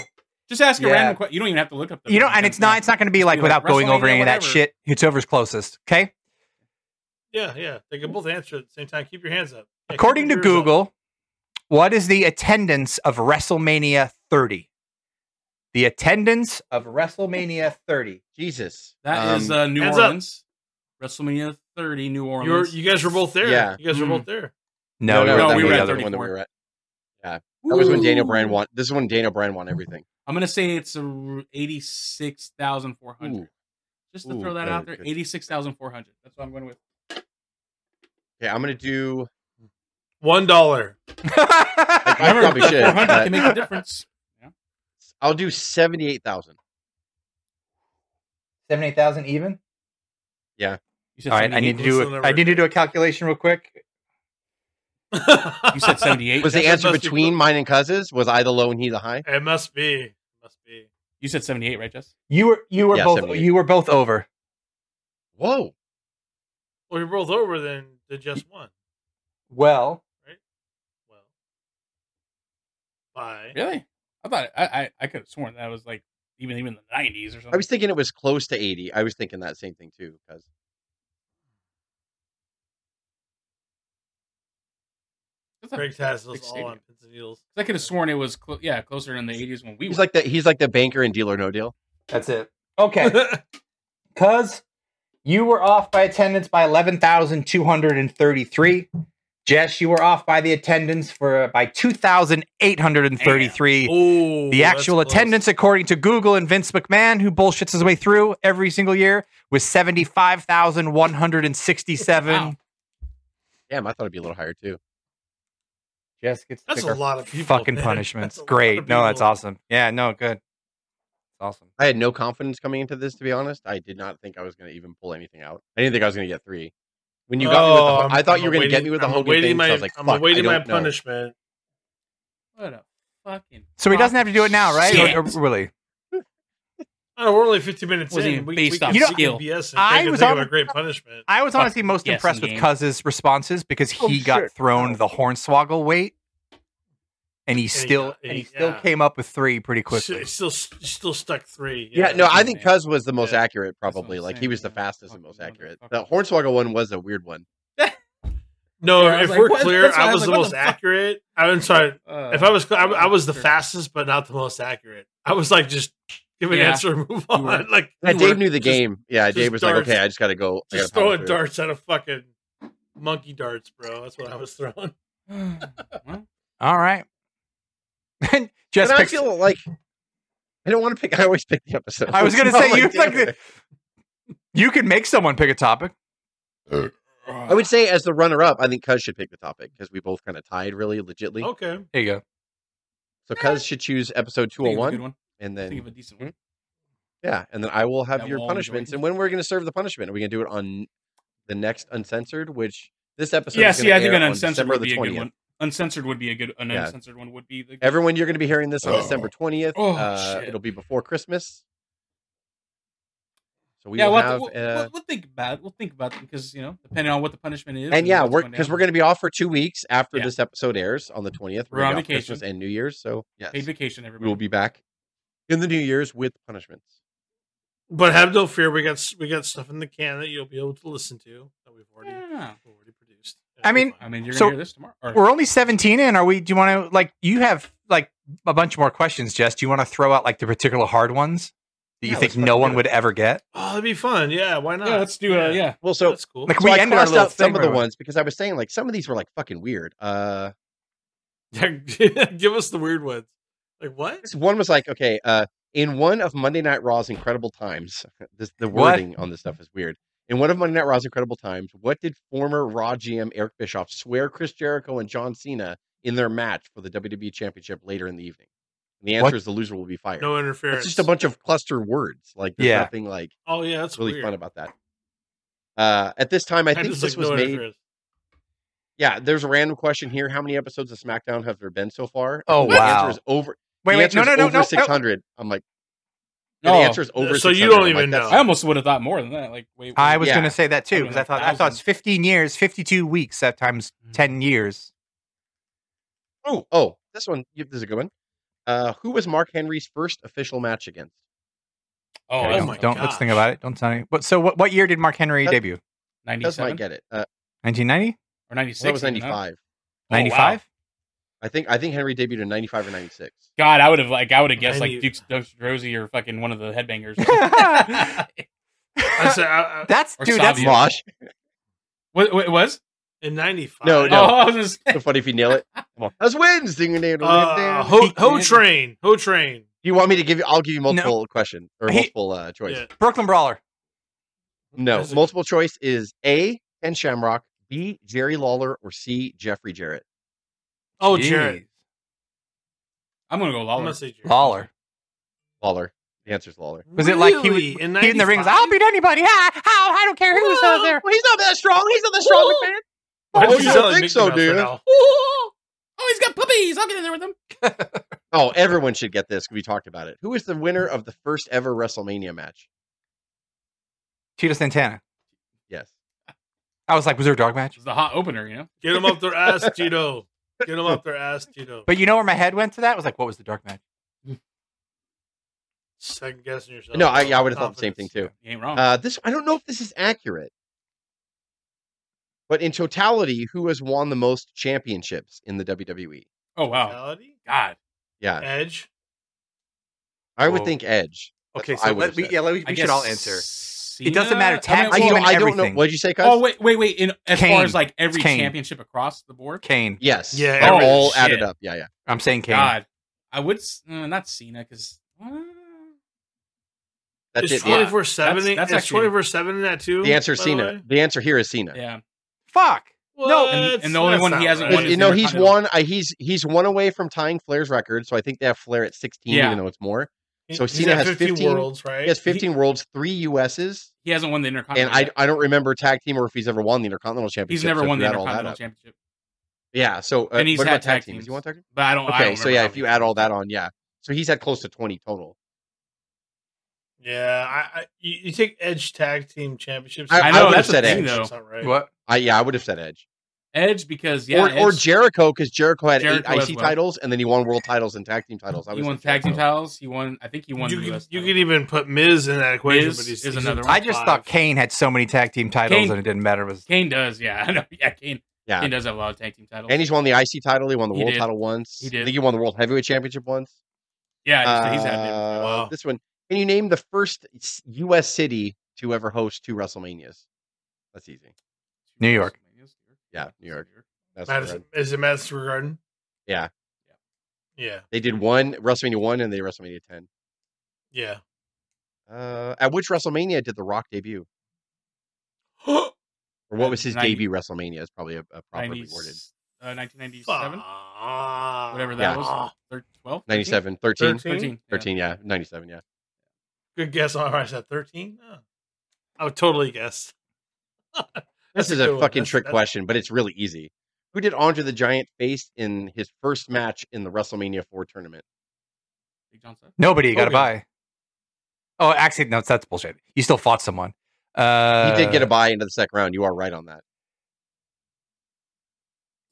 [SPEAKER 3] Just ask a
[SPEAKER 2] Yeah.
[SPEAKER 3] random question. You don't even have to look up the
[SPEAKER 2] you know, and it's not it's not going to be
[SPEAKER 3] Just
[SPEAKER 2] like
[SPEAKER 3] be like
[SPEAKER 2] without going over
[SPEAKER 3] WrestleMania,
[SPEAKER 2] any of that
[SPEAKER 3] whatever.
[SPEAKER 2] shit. It's whoever's closest. Okay.
[SPEAKER 1] Yeah, yeah, they can both answer at the same time. Keep your hands up. Yeah, keep
[SPEAKER 2] According to
[SPEAKER 1] your ears up.
[SPEAKER 2] Google, what is the attendance of WrestleMania 30? The attendance of WrestleMania 30.
[SPEAKER 4] Jesus,
[SPEAKER 3] That is
[SPEAKER 4] Um,
[SPEAKER 3] uh, New
[SPEAKER 1] hands up.
[SPEAKER 3] Orleans. WrestleMania 30, New
[SPEAKER 1] You're,
[SPEAKER 3] Orleans.
[SPEAKER 1] you guys were both there.
[SPEAKER 4] Yeah.
[SPEAKER 1] You guys were
[SPEAKER 3] Mm.
[SPEAKER 2] Hmm.
[SPEAKER 1] both there.
[SPEAKER 2] No,
[SPEAKER 3] no,
[SPEAKER 2] that
[SPEAKER 3] we
[SPEAKER 2] was
[SPEAKER 3] were
[SPEAKER 2] the
[SPEAKER 3] at
[SPEAKER 2] other
[SPEAKER 4] one
[SPEAKER 3] 34.
[SPEAKER 4] that we were at. That was when Daniel
[SPEAKER 3] Ooh.
[SPEAKER 4] Bryan won. This is when Daniel Bryan won everything.
[SPEAKER 3] I'm gonna say it's a eighty-six thousand four
[SPEAKER 4] Ooh.
[SPEAKER 3] hundred. Just to
[SPEAKER 4] Ooh,
[SPEAKER 3] throw that
[SPEAKER 4] good,
[SPEAKER 3] out there,
[SPEAKER 4] good.
[SPEAKER 3] eighty-six thousand four hundred. That's what I'm going with.
[SPEAKER 4] Okay, I'm gonna do.
[SPEAKER 1] One dollar.
[SPEAKER 2] one.
[SPEAKER 4] I probably should.
[SPEAKER 3] Four hundred can
[SPEAKER 4] but
[SPEAKER 3] make a difference.
[SPEAKER 4] I'll do seventy-eight thousand.
[SPEAKER 2] 78,000 even?
[SPEAKER 3] You said
[SPEAKER 2] All right, I
[SPEAKER 3] 78.
[SPEAKER 2] need
[SPEAKER 1] What's
[SPEAKER 2] to do
[SPEAKER 1] the
[SPEAKER 2] a,
[SPEAKER 1] number?
[SPEAKER 2] I need to do a calculation real quick.
[SPEAKER 3] You said seventy-eight.
[SPEAKER 4] Was the
[SPEAKER 1] That's
[SPEAKER 4] answer
[SPEAKER 1] supposed to be-
[SPEAKER 4] between mine and Cuz's? Was I the low and he the high?
[SPEAKER 1] It must be. Must be.
[SPEAKER 3] you said seventy-eight, right, Jess?
[SPEAKER 2] You were you were
[SPEAKER 4] Yeah,
[SPEAKER 2] both
[SPEAKER 4] 78.
[SPEAKER 2] you were both over.
[SPEAKER 4] Whoa!
[SPEAKER 1] Well, you're both over then. Did just one.
[SPEAKER 2] Well,
[SPEAKER 1] Well. Bye.
[SPEAKER 3] Really? I thought I I, I could have sworn that was like even even the nineties or something.
[SPEAKER 4] I was thinking it was close to eighty. I was thinking that same thing too. Cuz
[SPEAKER 1] Craig has us all
[SPEAKER 3] 680.
[SPEAKER 1] on pins and needles.
[SPEAKER 3] I could have sworn it was clo- yeah closer in the eighties when we
[SPEAKER 4] he's
[SPEAKER 3] were.
[SPEAKER 4] like the he's like the banker in Deal or No Deal.
[SPEAKER 2] that's it. Okay. Cuz You were off by attendance by 11,233. Jess, you were off by the attendance for uh, by 2,833.
[SPEAKER 1] Oh,
[SPEAKER 2] The actual attendance, according to Google and Vince McMahon, who bullshits his way through every single year, was 75,167.
[SPEAKER 3] Wow.
[SPEAKER 4] Damn, I thought it'd be a little higher too.
[SPEAKER 2] Jess gets to
[SPEAKER 1] That's
[SPEAKER 2] pick
[SPEAKER 1] a
[SPEAKER 2] her
[SPEAKER 1] lot of people,
[SPEAKER 2] fucking
[SPEAKER 1] man.
[SPEAKER 2] punishments.
[SPEAKER 1] That's a lot
[SPEAKER 2] Great.
[SPEAKER 1] of
[SPEAKER 2] No, that's
[SPEAKER 1] people.
[SPEAKER 2] awesome. Yeah, no, good. It's awesome.
[SPEAKER 4] I had no confidence coming into this, to be honest. I did not think I was going to even pull anything out. I didn't think I was going to get three. When you got me with the,
[SPEAKER 1] Oh,
[SPEAKER 4] Ho-
[SPEAKER 1] I'm-
[SPEAKER 4] I thought
[SPEAKER 1] I'm
[SPEAKER 4] you were going to get
[SPEAKER 1] awaiting-
[SPEAKER 4] me with the
[SPEAKER 1] I'm
[SPEAKER 4] Hogan
[SPEAKER 1] awaiting
[SPEAKER 4] thing.
[SPEAKER 1] my-
[SPEAKER 4] so I was like,
[SPEAKER 1] I'm
[SPEAKER 4] fuck, I
[SPEAKER 1] awaiting my
[SPEAKER 4] don't know.
[SPEAKER 1] punishment.
[SPEAKER 3] What a fucking.
[SPEAKER 2] So he doesn't have to do it now, right? Or-
[SPEAKER 3] Shit.
[SPEAKER 2] or really?
[SPEAKER 1] I don't know, Oh, we're only 50 minutes
[SPEAKER 3] Wasn't
[SPEAKER 1] in.
[SPEAKER 3] even
[SPEAKER 1] We,
[SPEAKER 3] based
[SPEAKER 1] we
[SPEAKER 3] off
[SPEAKER 1] can
[SPEAKER 3] skill.
[SPEAKER 1] BS and
[SPEAKER 2] I
[SPEAKER 1] I
[SPEAKER 2] was
[SPEAKER 1] was on
[SPEAKER 2] on-
[SPEAKER 1] a great punishment.
[SPEAKER 2] I was honestly most
[SPEAKER 3] guessing
[SPEAKER 2] impressed with
[SPEAKER 3] game.
[SPEAKER 2] Cuz's responses because he
[SPEAKER 4] Oh,
[SPEAKER 2] got
[SPEAKER 4] shit.
[SPEAKER 2] thrown the hornswoggle weight, and he
[SPEAKER 1] he
[SPEAKER 2] still
[SPEAKER 1] got-
[SPEAKER 2] and he
[SPEAKER 1] he-
[SPEAKER 2] still
[SPEAKER 1] yeah.
[SPEAKER 2] came up with three pretty quickly.
[SPEAKER 1] S- Still, still stuck three.
[SPEAKER 4] Yeah, no, I think
[SPEAKER 3] Yeah.
[SPEAKER 4] Cuz was the most
[SPEAKER 1] Yeah.
[SPEAKER 4] accurate,
[SPEAKER 3] what I'm
[SPEAKER 4] probably. Like he
[SPEAKER 3] saying,
[SPEAKER 4] was the
[SPEAKER 3] yeah.
[SPEAKER 4] fastest
[SPEAKER 3] Fucking
[SPEAKER 4] and most accurate.
[SPEAKER 3] motherfucker.
[SPEAKER 4] The Hornswoggle one was a weird one.
[SPEAKER 1] no.
[SPEAKER 3] Yeah, I was
[SPEAKER 1] if
[SPEAKER 3] like,
[SPEAKER 1] we're
[SPEAKER 3] what?
[SPEAKER 1] clear,
[SPEAKER 3] That's why I
[SPEAKER 1] I
[SPEAKER 3] was
[SPEAKER 1] was
[SPEAKER 3] like,
[SPEAKER 1] the
[SPEAKER 3] what
[SPEAKER 1] most
[SPEAKER 3] the fuck?
[SPEAKER 1] accurate. I'm sorry.
[SPEAKER 3] Uh,
[SPEAKER 1] If I was, I, I was the
[SPEAKER 3] sure.
[SPEAKER 1] fastest, but not the most accurate. I was like, just give an
[SPEAKER 3] Yeah.
[SPEAKER 1] answer and move
[SPEAKER 3] You
[SPEAKER 1] on.
[SPEAKER 3] were-
[SPEAKER 1] like,
[SPEAKER 4] Yeah,
[SPEAKER 1] you were
[SPEAKER 4] Dave knew the
[SPEAKER 1] just-
[SPEAKER 4] game. Yeah,
[SPEAKER 1] just
[SPEAKER 4] Dave was
[SPEAKER 1] darts.
[SPEAKER 4] like, okay, I just got to go. I
[SPEAKER 1] Just
[SPEAKER 4] gotta power
[SPEAKER 1] throwing
[SPEAKER 4] through."
[SPEAKER 1] darts at a fucking monkey darts, bro. That's what I was throwing.
[SPEAKER 3] Well,
[SPEAKER 2] All right. And Jess
[SPEAKER 4] and I
[SPEAKER 2] picks,
[SPEAKER 4] feel like I don't want to pick. I always pick the episode.
[SPEAKER 2] I was gonna
[SPEAKER 4] I'm
[SPEAKER 2] say, you
[SPEAKER 4] damn
[SPEAKER 2] picked
[SPEAKER 4] it.
[SPEAKER 2] you can make someone pick a topic.
[SPEAKER 4] I would say as the runner-up, I think Cuz should pick the topic because we both kind of tied really legitly.
[SPEAKER 3] Oh,
[SPEAKER 1] Okay.
[SPEAKER 2] There you go.
[SPEAKER 4] So Cuz should choose episode
[SPEAKER 3] think of a
[SPEAKER 4] 201,
[SPEAKER 3] good one.
[SPEAKER 4] and
[SPEAKER 3] Think of
[SPEAKER 4] then
[SPEAKER 3] a decent one.
[SPEAKER 4] yeah, and then I will have
[SPEAKER 3] That
[SPEAKER 4] your
[SPEAKER 3] we'll all
[SPEAKER 4] punishments.
[SPEAKER 3] enjoy.
[SPEAKER 4] And when we're going to serve the punishment? Are we going to do it on the next uncensored? Which this episode?
[SPEAKER 3] Yeah,
[SPEAKER 4] is
[SPEAKER 3] see,
[SPEAKER 4] gonna
[SPEAKER 3] I think
[SPEAKER 4] air
[SPEAKER 3] an
[SPEAKER 4] on
[SPEAKER 3] uncensored
[SPEAKER 4] December
[SPEAKER 3] would
[SPEAKER 4] the
[SPEAKER 3] be a good
[SPEAKER 4] 20th.
[SPEAKER 3] one. Uncensored would be a good. An
[SPEAKER 4] Yeah.
[SPEAKER 3] uncensored one would be the.
[SPEAKER 4] Everyone, you're going to be hearing this on
[SPEAKER 3] Oh.
[SPEAKER 4] December 20th.
[SPEAKER 3] Oh,
[SPEAKER 4] uh,
[SPEAKER 3] shit.
[SPEAKER 4] it'll be before Christmas. So we
[SPEAKER 3] yeah,
[SPEAKER 4] will
[SPEAKER 3] we'll,
[SPEAKER 4] have.
[SPEAKER 3] we'll,
[SPEAKER 4] uh,
[SPEAKER 3] we'll, we'll think about. We'll think about because you know, depending on what the punishment is.
[SPEAKER 4] and yeah,
[SPEAKER 3] what's
[SPEAKER 4] we're
[SPEAKER 3] going
[SPEAKER 4] because
[SPEAKER 3] down.
[SPEAKER 4] we're going to be off for two weeks after
[SPEAKER 3] Yeah.
[SPEAKER 4] this episode airs on the twentieth.
[SPEAKER 3] We're on
[SPEAKER 4] Christmas and New Year's, so yes,
[SPEAKER 3] paid vacation. Everybody.
[SPEAKER 4] we will be back in the New Year's with punishments.
[SPEAKER 1] But have no fear. We got we got stuff in the can that you'll be able to listen to that we've already
[SPEAKER 3] Yeah.
[SPEAKER 1] we've already produced.
[SPEAKER 2] I mean-
[SPEAKER 3] I mean, you're gonna
[SPEAKER 2] So,
[SPEAKER 3] hear this tomorrow. or-
[SPEAKER 2] We're only seventeen in. Are we? Do you want to like? You have like a bunch more questions, Jess. Do you want to throw out like the particular hard ones that you
[SPEAKER 4] Yeah,
[SPEAKER 2] think
[SPEAKER 4] let's
[SPEAKER 2] no
[SPEAKER 4] fucking
[SPEAKER 2] one
[SPEAKER 4] do it.
[SPEAKER 2] would ever get?
[SPEAKER 1] oh, that'd be fun. Yeah, why not?
[SPEAKER 3] yeah, let's do a yeah.
[SPEAKER 4] Well, so
[SPEAKER 1] that's cool.
[SPEAKER 2] Like
[SPEAKER 4] so
[SPEAKER 2] we
[SPEAKER 4] I
[SPEAKER 2] ended our
[SPEAKER 4] crossed
[SPEAKER 2] little
[SPEAKER 4] out some
[SPEAKER 2] thing
[SPEAKER 4] of the
[SPEAKER 2] right away.
[SPEAKER 4] ones because I was saying like some of these were like fucking weird. Uh,
[SPEAKER 1] Give us the weird ones. Like what?
[SPEAKER 4] this one was like okay, uh, in one of Monday Night Raw's incredible times, this, the
[SPEAKER 2] What?
[SPEAKER 4] wording on this stuff is weird. In one of Monday Night Raw's incredible times, what did former Raw GM Eric Bischoff swear Chris Jericho and John Cena in their match for the WWE Championship later in the evening? And the answer
[SPEAKER 2] What?
[SPEAKER 4] is the loser will be fired.
[SPEAKER 1] No interference.
[SPEAKER 4] It's just a bunch of cluster words. Like there's
[SPEAKER 2] Yeah.
[SPEAKER 4] nothing like
[SPEAKER 1] Oh yeah, that's
[SPEAKER 4] really
[SPEAKER 1] weird.
[SPEAKER 4] fun about that. Uh, at this time, I, think
[SPEAKER 1] just
[SPEAKER 4] this
[SPEAKER 1] like,
[SPEAKER 4] was
[SPEAKER 1] no
[SPEAKER 4] made.
[SPEAKER 1] interference.
[SPEAKER 4] Yeah, there's a random question here. How many episodes of SmackDown have there been so far?
[SPEAKER 2] Oh,
[SPEAKER 4] The answer is
[SPEAKER 2] wow.
[SPEAKER 4] over.
[SPEAKER 2] Wait,
[SPEAKER 4] the
[SPEAKER 2] wait,
[SPEAKER 4] answer
[SPEAKER 2] no,
[SPEAKER 4] is
[SPEAKER 2] no, no,
[SPEAKER 4] over
[SPEAKER 2] no, Oh. no.
[SPEAKER 4] 600. I'm like, the
[SPEAKER 3] Oh,
[SPEAKER 4] answer is over.
[SPEAKER 1] So you
[SPEAKER 4] 600.
[SPEAKER 1] don't
[SPEAKER 4] I'm like,
[SPEAKER 1] even
[SPEAKER 4] that's-
[SPEAKER 1] know.
[SPEAKER 3] I almost would have thought more than that. Like, wait,
[SPEAKER 2] I was
[SPEAKER 4] Yeah.
[SPEAKER 2] going to say that too
[SPEAKER 3] Probably
[SPEAKER 2] because I
[SPEAKER 3] like
[SPEAKER 2] thought I thought it's
[SPEAKER 3] 1,000.
[SPEAKER 2] 15 years, 52 weeks. That times
[SPEAKER 3] Mhm.
[SPEAKER 2] 10 years.
[SPEAKER 4] Oh, oh, this one. Yep, This is a good one. Uh, who was Mark Henry's first official match against?
[SPEAKER 3] oh,
[SPEAKER 2] Okay,
[SPEAKER 1] oh
[SPEAKER 2] don't
[SPEAKER 1] my
[SPEAKER 2] don't let's think
[SPEAKER 1] gosh.
[SPEAKER 2] about it. Don't tell me. But so what? What year did Mark Henry
[SPEAKER 4] That-
[SPEAKER 2] debut?
[SPEAKER 4] Does might
[SPEAKER 3] ninety-seven
[SPEAKER 4] get it. Uh,
[SPEAKER 2] Nineteen ninety?
[SPEAKER 3] or ninety-six.
[SPEAKER 4] that was
[SPEAKER 3] even, huh?
[SPEAKER 4] 95.
[SPEAKER 3] Oh, wow.
[SPEAKER 2] Ninety five?
[SPEAKER 4] I think I think Henry debuted in 95 or 96.
[SPEAKER 3] God, I would have like I would have guessed like
[SPEAKER 1] 90.
[SPEAKER 3] Duke's Duke's Rosie or fucking one of the headbangers.
[SPEAKER 1] I said, uh, I, I,
[SPEAKER 2] That's
[SPEAKER 3] Or
[SPEAKER 2] dude. That's
[SPEAKER 3] Savio.
[SPEAKER 4] Mosh.
[SPEAKER 3] what, what was?
[SPEAKER 1] in Uh, '95.
[SPEAKER 4] No,
[SPEAKER 3] Oh,
[SPEAKER 4] no.
[SPEAKER 3] I was just,
[SPEAKER 4] So funny if you nail it. Come on. That's wins. Ding, ding, ding, ding,
[SPEAKER 1] Uh,
[SPEAKER 4] ding.
[SPEAKER 1] ho, ho
[SPEAKER 3] He-
[SPEAKER 1] train, ho train.
[SPEAKER 4] You want me to give you? I'll give you multiple question or
[SPEAKER 2] He-
[SPEAKER 4] multiple uh, choice.
[SPEAKER 1] Yeah.
[SPEAKER 2] Brooklyn Brawler.
[SPEAKER 4] No,
[SPEAKER 1] That's a-
[SPEAKER 4] multiple choice is A. Ken Shamrock, B. Jerry Lawler, or C. Jeffrey Jarrett.
[SPEAKER 1] Oh,
[SPEAKER 2] Jeez.
[SPEAKER 1] Jared.
[SPEAKER 3] I'm gonna go
[SPEAKER 1] I'm
[SPEAKER 3] Lawler.
[SPEAKER 1] gonna say Jared.
[SPEAKER 2] Lawler.
[SPEAKER 4] Lawler. The answer's Lawler.
[SPEAKER 2] Was it like he would
[SPEAKER 1] Really?
[SPEAKER 2] he
[SPEAKER 1] in,
[SPEAKER 2] in the rings?
[SPEAKER 1] 95?
[SPEAKER 2] I'll beat anybody. How? How? I don't care who's out there.
[SPEAKER 4] Well, he's not that strong. He's not that strong.
[SPEAKER 3] Woo!
[SPEAKER 4] man.
[SPEAKER 1] Why
[SPEAKER 4] Oh,
[SPEAKER 1] you
[SPEAKER 4] you
[SPEAKER 1] sound
[SPEAKER 4] don't
[SPEAKER 1] like
[SPEAKER 4] think
[SPEAKER 1] Mickey
[SPEAKER 4] so,
[SPEAKER 1] Mouse right
[SPEAKER 4] dude?
[SPEAKER 1] now?
[SPEAKER 3] Oh, he's got puppies. I'll get in there with him.
[SPEAKER 4] Oh, everyone should get this. 'cause We talked about it. Who is the winner of the first ever WrestleMania match?
[SPEAKER 2] Cheetah Santana.
[SPEAKER 4] Yes.
[SPEAKER 2] I was like, was there a dog match?
[SPEAKER 3] It's the hot opener, you know.
[SPEAKER 1] Get them up their ass, Tito. Get them up their ass, Tito.
[SPEAKER 2] But you know where my head went to that? I was like, what was the dark match?
[SPEAKER 1] Second guessing yourself.
[SPEAKER 4] No, I, I would have thought the same thing
[SPEAKER 1] Confidence.
[SPEAKER 4] too.
[SPEAKER 3] You ain't wrong.
[SPEAKER 4] Uh, this I don't know if this is accurate, but in totality, who has won the most championships in the WWE?
[SPEAKER 3] oh wow,
[SPEAKER 1] Reality?
[SPEAKER 3] God,
[SPEAKER 4] Yeah,
[SPEAKER 1] Edge.
[SPEAKER 4] I would
[SPEAKER 2] Whoa.
[SPEAKER 4] think Edge. That's
[SPEAKER 2] Okay,
[SPEAKER 4] what
[SPEAKER 2] so
[SPEAKER 4] I would've
[SPEAKER 2] let, we,
[SPEAKER 4] said.
[SPEAKER 2] yeah, let, we
[SPEAKER 3] I
[SPEAKER 2] should all
[SPEAKER 3] guess
[SPEAKER 2] answer.
[SPEAKER 3] Cena.
[SPEAKER 2] doesn't matter. Tag
[SPEAKER 4] I,
[SPEAKER 2] team
[SPEAKER 4] you know,
[SPEAKER 2] and
[SPEAKER 4] I don't know.
[SPEAKER 2] everything.
[SPEAKER 4] What'd you say, Cuz?
[SPEAKER 3] Oh wait, wait, wait! In as
[SPEAKER 2] Kane.
[SPEAKER 3] far as like every
[SPEAKER 2] Kane.
[SPEAKER 3] championship across the board,
[SPEAKER 2] Kane.
[SPEAKER 4] yes.
[SPEAKER 1] Yeah,
[SPEAKER 4] They're
[SPEAKER 3] everything.
[SPEAKER 4] all
[SPEAKER 3] Shit.
[SPEAKER 4] added up. Yeah, yeah.
[SPEAKER 2] I'm saying Kane.
[SPEAKER 3] God, I would s- uh, not Cena because
[SPEAKER 4] That's
[SPEAKER 1] it's
[SPEAKER 4] it. yeah.
[SPEAKER 1] twenty four seven.
[SPEAKER 3] That's- that's
[SPEAKER 1] It's
[SPEAKER 3] actually-
[SPEAKER 1] twenty four seven in that too.
[SPEAKER 4] The answer is
[SPEAKER 1] by the
[SPEAKER 4] Cena.
[SPEAKER 1] way?
[SPEAKER 4] The answer here is Cena.
[SPEAKER 3] yeah,
[SPEAKER 2] Fuck. No,
[SPEAKER 3] and-
[SPEAKER 1] What?
[SPEAKER 3] and the only
[SPEAKER 1] That's
[SPEAKER 3] one he
[SPEAKER 1] not
[SPEAKER 3] hasn't
[SPEAKER 1] right.
[SPEAKER 3] won
[SPEAKER 4] Well,
[SPEAKER 3] is
[SPEAKER 4] you know he's
[SPEAKER 3] Intercontinental.
[SPEAKER 4] one. Uh, he's he's one away from tying Flair's record, so I think they have Flair at sixteen,
[SPEAKER 3] Yeah.
[SPEAKER 4] even though it's more.
[SPEAKER 1] He-
[SPEAKER 4] so
[SPEAKER 1] he's
[SPEAKER 4] Cena
[SPEAKER 1] at
[SPEAKER 4] has 15
[SPEAKER 1] worlds, right?
[SPEAKER 4] He has fifteen worlds, three USs,
[SPEAKER 3] he hasn't won the
[SPEAKER 4] and
[SPEAKER 3] Intercontinental.
[SPEAKER 4] I,
[SPEAKER 3] yet.
[SPEAKER 4] I don't remember tag team or if he's ever won the Intercontinental Championship.
[SPEAKER 3] he's never
[SPEAKER 4] so
[SPEAKER 3] won the
[SPEAKER 4] if you add all that
[SPEAKER 3] Intercontintal
[SPEAKER 4] up-
[SPEAKER 3] Championship,
[SPEAKER 4] Yeah. So uh,
[SPEAKER 3] And he's
[SPEAKER 4] what
[SPEAKER 3] had
[SPEAKER 4] about tag
[SPEAKER 3] tag
[SPEAKER 4] teams?
[SPEAKER 3] teams.
[SPEAKER 4] You want tag teams?
[SPEAKER 3] but I don't. I
[SPEAKER 4] Okay,
[SPEAKER 3] don't
[SPEAKER 4] so
[SPEAKER 3] remember
[SPEAKER 4] yeah,
[SPEAKER 3] how
[SPEAKER 4] if you
[SPEAKER 3] many.
[SPEAKER 4] add all that on, yeah, so he's had close to twenty total.
[SPEAKER 1] Yeah, I, I you, you take Edge Tag Team Championships.
[SPEAKER 4] I- I know,
[SPEAKER 1] would've
[SPEAKER 4] that's the thing,
[SPEAKER 1] Edge.
[SPEAKER 3] though.
[SPEAKER 1] That's not right.
[SPEAKER 2] What?
[SPEAKER 4] I yeah, I would have said Edge
[SPEAKER 3] Edge because yeah,
[SPEAKER 4] or or
[SPEAKER 3] Edge-
[SPEAKER 4] Jericho because Jericho had
[SPEAKER 3] Jericho
[SPEAKER 4] eight
[SPEAKER 3] as
[SPEAKER 4] IC
[SPEAKER 3] well.
[SPEAKER 4] titles and then he won world titles and tag team titles. I
[SPEAKER 3] he
[SPEAKER 4] was
[SPEAKER 3] won tag team titles. He won. I think he won.
[SPEAKER 1] You
[SPEAKER 3] the
[SPEAKER 1] could,
[SPEAKER 3] US
[SPEAKER 1] you
[SPEAKER 3] title.
[SPEAKER 1] could even put Miz in that equation,
[SPEAKER 3] Miz
[SPEAKER 1] but he's,
[SPEAKER 3] is
[SPEAKER 1] he's
[SPEAKER 3] another
[SPEAKER 1] in
[SPEAKER 3] one.
[SPEAKER 1] top
[SPEAKER 2] I just
[SPEAKER 1] five.
[SPEAKER 2] thought Kane had so many tag team titles
[SPEAKER 3] Kane-
[SPEAKER 2] and it didn't matter. It was-
[SPEAKER 3] Kane does. Yeah, I know. Yeah, Kane.
[SPEAKER 4] Yeah.
[SPEAKER 3] Kane does have a lot of tag team titles.
[SPEAKER 4] And he's won the IC title. He won the
[SPEAKER 3] He
[SPEAKER 4] world
[SPEAKER 3] did.
[SPEAKER 4] title once.
[SPEAKER 3] He did.
[SPEAKER 4] I think he won the world heavyweight championship once.
[SPEAKER 3] yeah, he's, he's had. it.
[SPEAKER 4] Uh,
[SPEAKER 1] Wow.
[SPEAKER 4] This one. Can you name the first s- U.S. city to ever host two WrestleManias? That's easy.
[SPEAKER 2] New York.
[SPEAKER 4] Yeah, New York. That's
[SPEAKER 1] Madison,
[SPEAKER 4] correct.
[SPEAKER 1] is it Madison Square Garden?
[SPEAKER 4] Yeah.
[SPEAKER 1] Yeah.
[SPEAKER 4] They did one WrestleMania one and they WrestleMania ten.
[SPEAKER 1] Yeah.
[SPEAKER 4] Uh, at which WrestleMania did The Rock debut, or what was his
[SPEAKER 3] Ninety-
[SPEAKER 4] debut WrestMania? Is probably a, a properly
[SPEAKER 3] 90s,
[SPEAKER 4] worded.
[SPEAKER 3] uh, 1997,
[SPEAKER 1] Whatever
[SPEAKER 3] whatever that was. Thir- 12?
[SPEAKER 4] 97, 13,
[SPEAKER 1] 13?
[SPEAKER 3] 13.
[SPEAKER 4] 13, yeah, 97, yeah.
[SPEAKER 1] Good guess. All right, I said 13. Oh. I would totally guess.
[SPEAKER 4] This
[SPEAKER 1] That's
[SPEAKER 4] is
[SPEAKER 1] a good
[SPEAKER 4] a
[SPEAKER 1] one.
[SPEAKER 4] fucking
[SPEAKER 1] That's-
[SPEAKER 4] trick
[SPEAKER 1] that's-
[SPEAKER 4] question, but it's really easy. Who did Andre the Giant face in his first match in the WrestleMania 4 tournament?
[SPEAKER 3] Big John said.
[SPEAKER 2] Nobody you got to
[SPEAKER 1] Hogan.
[SPEAKER 2] buy. Oh, actually, no, that's bullshit. You still fought someone. Uh,
[SPEAKER 4] he did get a bye into the second round. You are right on that.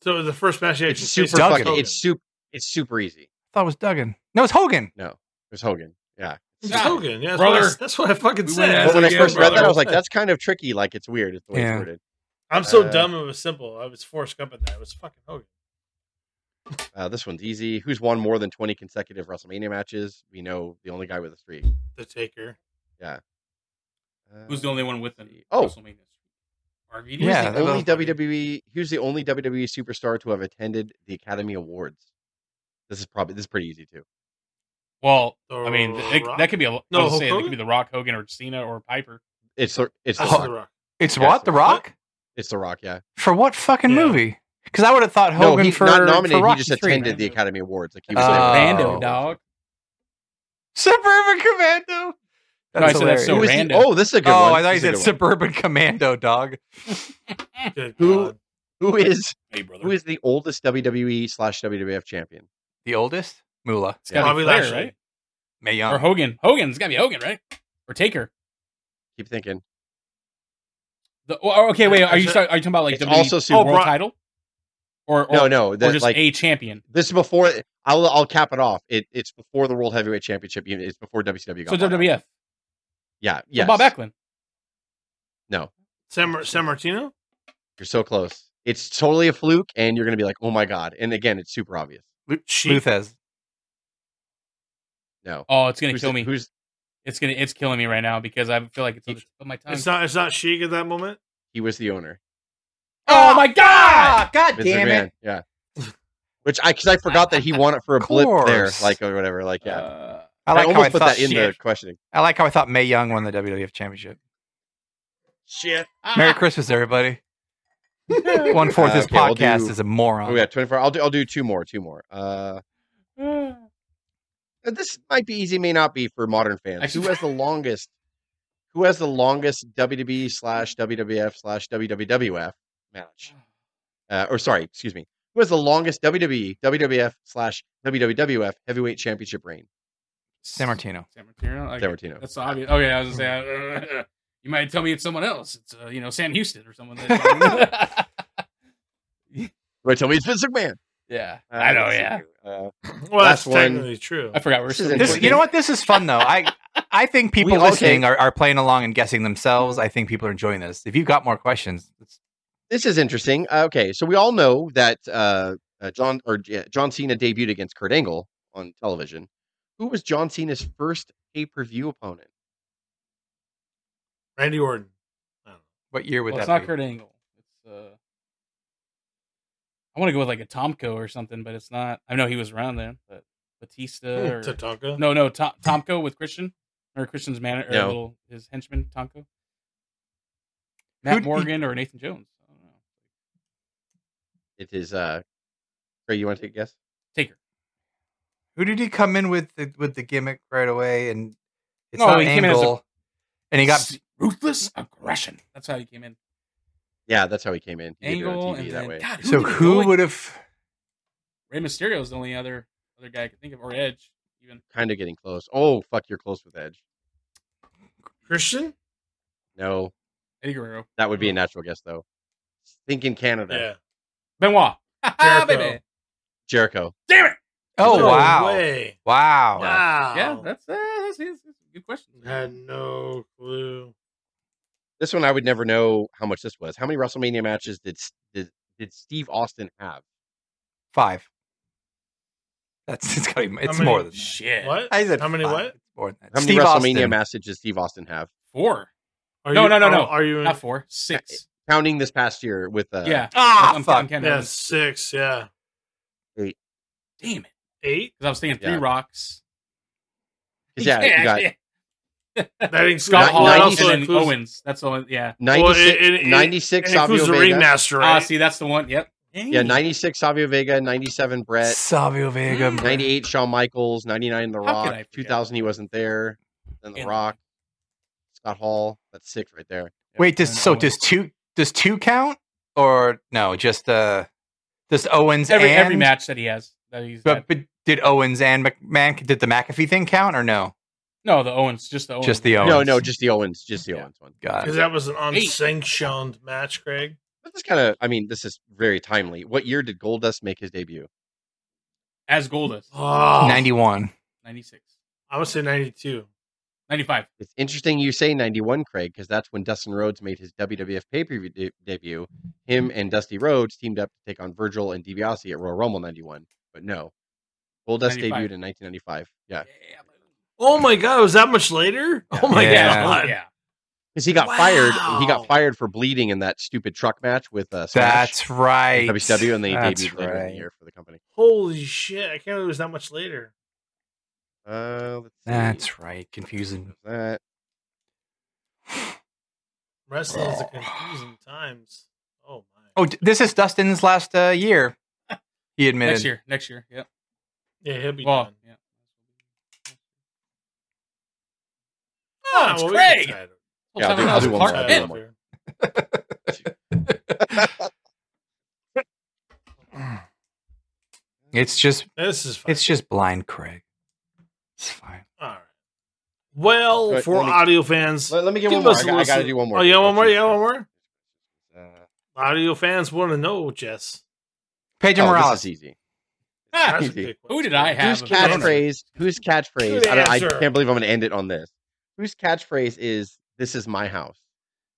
[SPEAKER 1] So the first match, he
[SPEAKER 4] It's
[SPEAKER 1] actually
[SPEAKER 4] super
[SPEAKER 1] faced
[SPEAKER 2] Duggan.
[SPEAKER 4] fucking,
[SPEAKER 1] Hogan.
[SPEAKER 4] it's super it's super easy.
[SPEAKER 2] thought it was Duggan. No, it's Hogan.
[SPEAKER 4] There's Hogan. Yeah.
[SPEAKER 1] It's
[SPEAKER 3] Yeah.
[SPEAKER 1] Hogan. Yeah, that's, What
[SPEAKER 3] Brother.
[SPEAKER 1] I, that's what I fucking
[SPEAKER 3] We went
[SPEAKER 1] said.
[SPEAKER 3] as
[SPEAKER 4] But when I
[SPEAKER 3] again,
[SPEAKER 4] first read that, I
[SPEAKER 3] brother.
[SPEAKER 4] was like, that's kind of tricky. Like it's weird. It's the way
[SPEAKER 2] Yeah.
[SPEAKER 4] it's worded.
[SPEAKER 1] I'm so
[SPEAKER 4] Uh,
[SPEAKER 1] dumb. It was simple. I was Forrest Gump at that. It was fucking Hogan.
[SPEAKER 4] Uh, this one's easy. Who's won more than 20 consecutive WrestleMania matches? We know the only guy with a streak.
[SPEAKER 1] The Taker.
[SPEAKER 4] Uh,
[SPEAKER 3] Who's the only one with an
[SPEAKER 4] Oh.
[SPEAKER 3] WrestleMania? RVD?
[SPEAKER 4] Who's
[SPEAKER 2] Yeah,
[SPEAKER 4] the
[SPEAKER 2] that was
[SPEAKER 4] only
[SPEAKER 2] funny.
[SPEAKER 4] WWE. Who's the only WWE superstar to have attended the Academy Awards? This is probably this is pretty easy too.
[SPEAKER 3] Well,
[SPEAKER 1] The
[SPEAKER 3] I mean, th- it-
[SPEAKER 1] Rock?
[SPEAKER 3] that could be a. No,
[SPEAKER 1] No,
[SPEAKER 3] I was saying,
[SPEAKER 1] Hulk
[SPEAKER 3] it could be the Rock, Hogan, or Cena, or Piper.
[SPEAKER 4] It's the- it's the
[SPEAKER 1] That's
[SPEAKER 4] rock.
[SPEAKER 1] The Rock.
[SPEAKER 2] It's
[SPEAKER 4] Yes,
[SPEAKER 2] what? The
[SPEAKER 4] it's-
[SPEAKER 2] Rock?
[SPEAKER 4] It's the Rock. Yeah.
[SPEAKER 2] For what fucking
[SPEAKER 1] Yeah.
[SPEAKER 2] movie? Because I would have thought
[SPEAKER 4] No,
[SPEAKER 2] Hogan
[SPEAKER 4] he's
[SPEAKER 2] for
[SPEAKER 4] not
[SPEAKER 2] for
[SPEAKER 4] nominated. He
[SPEAKER 2] Rocky
[SPEAKER 4] just
[SPEAKER 2] III.
[SPEAKER 4] attended the Academy Awards. Like he was
[SPEAKER 2] Oh.
[SPEAKER 4] there.
[SPEAKER 3] Rando dog.
[SPEAKER 2] Suburban Commando.
[SPEAKER 3] No, I said that's
[SPEAKER 4] Who
[SPEAKER 3] so
[SPEAKER 4] is the-
[SPEAKER 3] random.
[SPEAKER 4] oh, this is a good
[SPEAKER 2] oh,
[SPEAKER 4] one.
[SPEAKER 2] I thought you
[SPEAKER 4] This is a
[SPEAKER 2] said
[SPEAKER 4] good
[SPEAKER 2] Suburban Commando, dog.
[SPEAKER 1] Good
[SPEAKER 4] Who-
[SPEAKER 1] God.
[SPEAKER 4] one. Who is
[SPEAKER 3] Hey, brother.
[SPEAKER 4] who is the oldest WWE slash WWF champion?
[SPEAKER 2] The oldest? Moolah.
[SPEAKER 3] It's gotta
[SPEAKER 1] Bobby
[SPEAKER 3] be Flair,
[SPEAKER 1] Lashley.
[SPEAKER 3] right?
[SPEAKER 2] May
[SPEAKER 3] Or
[SPEAKER 2] Young.
[SPEAKER 3] Hogan. Hogan. It's got to be Hogan, right? Or Taker.
[SPEAKER 4] Keep thinking.
[SPEAKER 3] The, oh, okay, wait. Are you,
[SPEAKER 1] It's
[SPEAKER 3] start, are you talking about like
[SPEAKER 4] it's
[SPEAKER 3] the
[SPEAKER 4] also
[SPEAKER 3] world
[SPEAKER 4] super-
[SPEAKER 1] Brock-
[SPEAKER 3] title? Or, or,
[SPEAKER 4] No,
[SPEAKER 3] or
[SPEAKER 4] no, that's
[SPEAKER 3] just
[SPEAKER 4] like
[SPEAKER 3] a champion?
[SPEAKER 4] this is before. I'll I'll cap it off. It it's before the World Heavyweight Championship. It's before WCW.
[SPEAKER 3] So
[SPEAKER 4] bought out.
[SPEAKER 3] WWF.
[SPEAKER 4] Yeah.
[SPEAKER 3] Yeah.
[SPEAKER 4] Yes.
[SPEAKER 3] Bob Backlund.
[SPEAKER 4] No.
[SPEAKER 1] San, Mar- San Martino?
[SPEAKER 4] You're so close. It's totally a fluke, and you're going to be like, oh my God. And again, it's super obvious.
[SPEAKER 1] Sheik.
[SPEAKER 2] Luthez.
[SPEAKER 4] No.
[SPEAKER 3] Oh, it's gonna
[SPEAKER 4] who's
[SPEAKER 3] kill
[SPEAKER 4] the-
[SPEAKER 3] me.
[SPEAKER 4] Who's
[SPEAKER 3] It's gonna it's killing me right now because I feel like it's on the tip of my tongue.
[SPEAKER 1] It's not. It's not Sheik at that moment.
[SPEAKER 4] he was the owner.
[SPEAKER 3] oh my god!
[SPEAKER 2] Ah, God
[SPEAKER 4] Vince
[SPEAKER 2] damn
[SPEAKER 4] McMahon.
[SPEAKER 2] it.
[SPEAKER 4] Yeah. Which I because I forgot that he won it for a blip there,
[SPEAKER 2] course.
[SPEAKER 4] like or whatever. Like yeah.
[SPEAKER 3] Uh,
[SPEAKER 2] I like,
[SPEAKER 4] almost
[SPEAKER 2] how I,
[SPEAKER 4] put
[SPEAKER 2] thought,
[SPEAKER 4] that in the questioning.
[SPEAKER 2] I like how I thought May Young won the WWF Championship.
[SPEAKER 1] Shit.
[SPEAKER 2] Merry Christmas, everybody. One fourth
[SPEAKER 4] Uh,
[SPEAKER 2] this
[SPEAKER 4] okay, we'll
[SPEAKER 2] podcast
[SPEAKER 4] do-
[SPEAKER 2] is a moron.
[SPEAKER 3] Uh-huh.
[SPEAKER 4] Oh yeah, twenty four. I'll do. I'll do two more. Two more. Uh,
[SPEAKER 3] Mm.
[SPEAKER 4] this might be easy, may not be for modern fans.
[SPEAKER 3] Actually-
[SPEAKER 4] Who has the longest? Who has the longest WWE slash WWF slash WWF match? Uh, or sorry, excuse me. Who has the longest E, WWE WWF slash WWF heavyweight championship reign?
[SPEAKER 2] San Martino.
[SPEAKER 3] San Martino. Okay.
[SPEAKER 4] San Martino.
[SPEAKER 3] That's obvious. Okay, I was gonna say. uh, you might tell me it's someone else. It's uh, you know Sam Houston or someone. That,
[SPEAKER 4] Right, tell me it's Vince McMahon.
[SPEAKER 3] yeah,
[SPEAKER 4] Uh,
[SPEAKER 3] I know.
[SPEAKER 4] let's see
[SPEAKER 3] Yeah,
[SPEAKER 4] here. Uh,
[SPEAKER 1] Well,
[SPEAKER 4] Last
[SPEAKER 1] that's
[SPEAKER 4] one.
[SPEAKER 1] technically true.
[SPEAKER 3] I forgot we we're
[SPEAKER 4] This
[SPEAKER 3] still.
[SPEAKER 4] isn't-
[SPEAKER 2] This, you know what? This is fun though. I I think people
[SPEAKER 4] We- okay.
[SPEAKER 2] listening are, are playing along and guessing themselves. I think people are enjoying this. If you've got more questions, it's,
[SPEAKER 4] this is interesting. Uh, okay, so we all know that uh, uh, John or yeah, John Cena debuted against Kurt Angle on television. Who was John Cena's first pay per view opponent?
[SPEAKER 1] Randy Orton.
[SPEAKER 2] What year would
[SPEAKER 3] Well, it's
[SPEAKER 2] that
[SPEAKER 3] not
[SPEAKER 2] be?
[SPEAKER 3] Kurt Angle. It's uh, I want to go with like a Tomko or something, but it's not. I know he was around then, but Batista
[SPEAKER 1] Hmm,
[SPEAKER 3] or
[SPEAKER 1] Tatanka.
[SPEAKER 3] no, no Tom, Tomko with Christian or Christian's man or
[SPEAKER 4] No.
[SPEAKER 3] little his henchman Tomko, Matt
[SPEAKER 2] Who'd he-
[SPEAKER 3] Morgan or Nathan Jones. I don't know.
[SPEAKER 4] It is. uh Ray, you want to take a guess?
[SPEAKER 3] Taker.
[SPEAKER 2] Who did he come in with the, with the gimmick right away? And it's
[SPEAKER 3] No,
[SPEAKER 2] not
[SPEAKER 3] he came in as a-
[SPEAKER 2] Angle. and he got
[SPEAKER 3] S- ruthless aggression. That's how he came in.
[SPEAKER 4] Yeah, that's how he came in. He did it on
[SPEAKER 3] Angle
[SPEAKER 4] TV
[SPEAKER 3] and
[SPEAKER 4] that
[SPEAKER 3] then
[SPEAKER 4] way.
[SPEAKER 3] God,
[SPEAKER 2] so
[SPEAKER 3] did he
[SPEAKER 2] who
[SPEAKER 3] go
[SPEAKER 2] would have?
[SPEAKER 3] Rey Mysterio is the only other other guy I can think of, or Edge even.
[SPEAKER 4] Kind of getting close. Oh fuck, you're close with Edge.
[SPEAKER 1] Christian?
[SPEAKER 4] No,
[SPEAKER 3] Eddie Guerrero,
[SPEAKER 4] that would be a natural guess though. Think in Canada.
[SPEAKER 1] Yeah.
[SPEAKER 3] Benoit. Ha ha,
[SPEAKER 1] Jericho.
[SPEAKER 3] baby.
[SPEAKER 4] Jericho.
[SPEAKER 3] Damn it!
[SPEAKER 2] Oh
[SPEAKER 1] No
[SPEAKER 2] wow!
[SPEAKER 1] way.
[SPEAKER 2] Wow!
[SPEAKER 1] Wow.
[SPEAKER 3] Yeah, that's, uh, that's, that's a good question.
[SPEAKER 1] Had no clue.
[SPEAKER 4] This one I would never know how much this was. How many WrestleMania matches did S- did, did Steve Austin have?
[SPEAKER 2] Five. That's it's, gotta be, it's
[SPEAKER 1] many-
[SPEAKER 2] more than that.
[SPEAKER 3] Shit.
[SPEAKER 1] What?
[SPEAKER 2] I said
[SPEAKER 1] How many
[SPEAKER 2] five.
[SPEAKER 1] what?
[SPEAKER 2] It's more than that.
[SPEAKER 4] How many
[SPEAKER 2] Steve
[SPEAKER 4] WrestleMania
[SPEAKER 2] Austin.
[SPEAKER 4] matches did Steve Austin have?
[SPEAKER 3] Four.
[SPEAKER 1] Are
[SPEAKER 3] No,
[SPEAKER 1] you,
[SPEAKER 3] no, no,
[SPEAKER 1] are-
[SPEAKER 3] no.
[SPEAKER 1] Are you in?
[SPEAKER 2] Uh,
[SPEAKER 3] Not four. Six.
[SPEAKER 4] Counting this past year with uh,
[SPEAKER 3] yeah.
[SPEAKER 2] Ah,
[SPEAKER 3] I'm- I'm
[SPEAKER 2] fuck.
[SPEAKER 3] counting
[SPEAKER 1] yeah,
[SPEAKER 3] Evans.
[SPEAKER 1] six. Yeah.
[SPEAKER 3] Damn it.
[SPEAKER 1] Eight?
[SPEAKER 3] Because I was thinking three
[SPEAKER 4] Yeah.
[SPEAKER 3] rocks.
[SPEAKER 4] 'cause yeah, you got
[SPEAKER 1] That includes
[SPEAKER 3] Scott
[SPEAKER 4] That
[SPEAKER 3] Hall
[SPEAKER 1] That
[SPEAKER 4] ninety-
[SPEAKER 3] and
[SPEAKER 1] also
[SPEAKER 3] then
[SPEAKER 1] includes,
[SPEAKER 3] Owens. That's the one. Yeah.
[SPEAKER 4] 96,
[SPEAKER 1] it- it- it-
[SPEAKER 4] 96
[SPEAKER 1] it includes
[SPEAKER 4] Savio
[SPEAKER 1] the
[SPEAKER 4] Vega.
[SPEAKER 1] ringmaster,
[SPEAKER 3] Ah,
[SPEAKER 1] right?
[SPEAKER 3] see, that's the one. Yep.
[SPEAKER 4] Yeah, 96 Savio Vega, 97 Brett,
[SPEAKER 2] Savio Vega.
[SPEAKER 3] Hmm.
[SPEAKER 4] 98 Shawn Michaels, 99 The
[SPEAKER 3] How could I
[SPEAKER 4] Rock,
[SPEAKER 3] forget?
[SPEAKER 4] 2000 he wasn't there, then The
[SPEAKER 3] Yeah.
[SPEAKER 4] Rock, Scott Hall. That's six right there.
[SPEAKER 2] Wait, does
[SPEAKER 3] And
[SPEAKER 2] so
[SPEAKER 3] Owens.
[SPEAKER 2] does two does two count or no? Just uh, does Owens
[SPEAKER 3] every
[SPEAKER 2] and
[SPEAKER 3] every match that he has that he's had.
[SPEAKER 2] But, but did Owens and McMahon did the McAfee thing count or no?
[SPEAKER 3] No, the Owens, just the Owens.
[SPEAKER 2] Just the Owens.
[SPEAKER 4] No, no, just the Owens, just the
[SPEAKER 3] Yeah.
[SPEAKER 4] Owens one.
[SPEAKER 2] God.
[SPEAKER 1] Because that was an
[SPEAKER 3] Eight.
[SPEAKER 1] unsanctioned match, Craig.
[SPEAKER 4] But this kind of, I mean, this is very timely. What year did Goldust make his debut?
[SPEAKER 3] as Goldust.
[SPEAKER 1] Oh,
[SPEAKER 2] 91.
[SPEAKER 3] 96.
[SPEAKER 1] I would say 92.
[SPEAKER 3] 95.
[SPEAKER 4] It's interesting you say 91, Craig, because that's when Dustin Rhodes made his WWF pay per view de- debut. Him and Dusty Rhodes teamed up to take on Virgil and DiBiase at Royal Rumble 91. But no, Goldust
[SPEAKER 3] 95.
[SPEAKER 4] debuted in 1995.
[SPEAKER 1] Eh,
[SPEAKER 4] Yeah.
[SPEAKER 1] Oh my god, it was that much later? Oh my
[SPEAKER 2] Yeah.
[SPEAKER 1] god.
[SPEAKER 3] Yeah.
[SPEAKER 4] Because he got fired. He
[SPEAKER 1] Wow.
[SPEAKER 4] got fired for bleeding in that stupid truck match with uh, Smash
[SPEAKER 2] That's right.
[SPEAKER 4] and WCW, and they
[SPEAKER 2] That's
[SPEAKER 4] debuted later in the
[SPEAKER 2] right.
[SPEAKER 4] year for the company.
[SPEAKER 1] Holy shit. I can't believe it was that much later.
[SPEAKER 4] Uh, let's see.
[SPEAKER 2] That's right. Confusing.
[SPEAKER 4] that.
[SPEAKER 1] Wrestling
[SPEAKER 4] Oh.
[SPEAKER 1] is a confusing times. Oh my.
[SPEAKER 2] Oh, d- this is Dustin's last uh, year. He admitted.
[SPEAKER 3] Next year. Next year. Yep.
[SPEAKER 1] Yeah, he'll be
[SPEAKER 3] Well,
[SPEAKER 1] done.
[SPEAKER 3] yeah.
[SPEAKER 1] Ah,
[SPEAKER 3] oh, it's
[SPEAKER 1] well, we can
[SPEAKER 3] Craig.
[SPEAKER 1] try it.
[SPEAKER 3] Whole
[SPEAKER 4] Yeah,
[SPEAKER 3] time
[SPEAKER 4] the
[SPEAKER 3] I was
[SPEAKER 4] other
[SPEAKER 3] a
[SPEAKER 4] one's
[SPEAKER 3] Clark
[SPEAKER 4] out.
[SPEAKER 3] Kent.
[SPEAKER 4] one
[SPEAKER 1] Try it.
[SPEAKER 2] It's just
[SPEAKER 1] This is fine.
[SPEAKER 2] it's just blind Craig. It's fine.
[SPEAKER 1] All right. Well,
[SPEAKER 4] Let-
[SPEAKER 1] for
[SPEAKER 4] let me-
[SPEAKER 1] audio fans,
[SPEAKER 4] Let, let me get
[SPEAKER 1] Give
[SPEAKER 4] one more.
[SPEAKER 1] us
[SPEAKER 4] I
[SPEAKER 1] a
[SPEAKER 4] got,
[SPEAKER 1] listen.
[SPEAKER 4] to do one more.
[SPEAKER 1] oh, yeah, one more, yeah, one more.
[SPEAKER 4] Uh,
[SPEAKER 1] Audio fans want to know, Jess.
[SPEAKER 2] Pedro
[SPEAKER 4] oh,
[SPEAKER 2] Morales.
[SPEAKER 4] this is easy.
[SPEAKER 1] That's a
[SPEAKER 4] Easy.
[SPEAKER 1] good
[SPEAKER 3] Who
[SPEAKER 1] question.
[SPEAKER 3] did I have?
[SPEAKER 4] Whose
[SPEAKER 3] a boner?
[SPEAKER 4] catchphrase? Whose catchphrase?
[SPEAKER 1] Good
[SPEAKER 4] I, don't, I
[SPEAKER 1] answer.
[SPEAKER 4] can't believe I'm going to end it on this. Whose catchphrase is "This is my house"?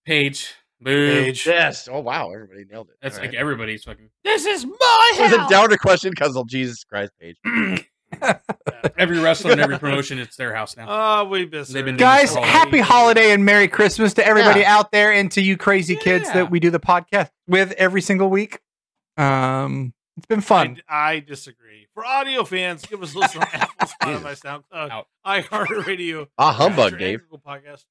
[SPEAKER 3] Page. Boo.
[SPEAKER 1] Page.
[SPEAKER 4] Yes. Oh wow, everybody nailed it.
[SPEAKER 3] That's
[SPEAKER 4] All
[SPEAKER 3] like
[SPEAKER 4] right.
[SPEAKER 3] everybody's fucking.
[SPEAKER 2] This is my
[SPEAKER 4] It was a downer question because of Jesus Christ, Page.
[SPEAKER 3] Every wrestler and every promotion, it's their house now.
[SPEAKER 1] Oh, we missed
[SPEAKER 3] They've
[SPEAKER 1] her.
[SPEAKER 3] been doing
[SPEAKER 2] Guys,
[SPEAKER 3] Holiday.
[SPEAKER 2] happy holiday and Merry Christmas to everybody
[SPEAKER 4] Yeah.
[SPEAKER 2] out there and to you crazy kids
[SPEAKER 3] Yeah.
[SPEAKER 2] that we do the podcast with every single week. Um, it's been fun.
[SPEAKER 1] I, I disagree. For audio fans, give us a listen on Apple, Spotify, SoundCloud,
[SPEAKER 3] Out.
[SPEAKER 1] iHeartRadio,
[SPEAKER 4] Ah, humbug,
[SPEAKER 1] Stitcher,
[SPEAKER 4] Dave.
[SPEAKER 1] and Google Podcast.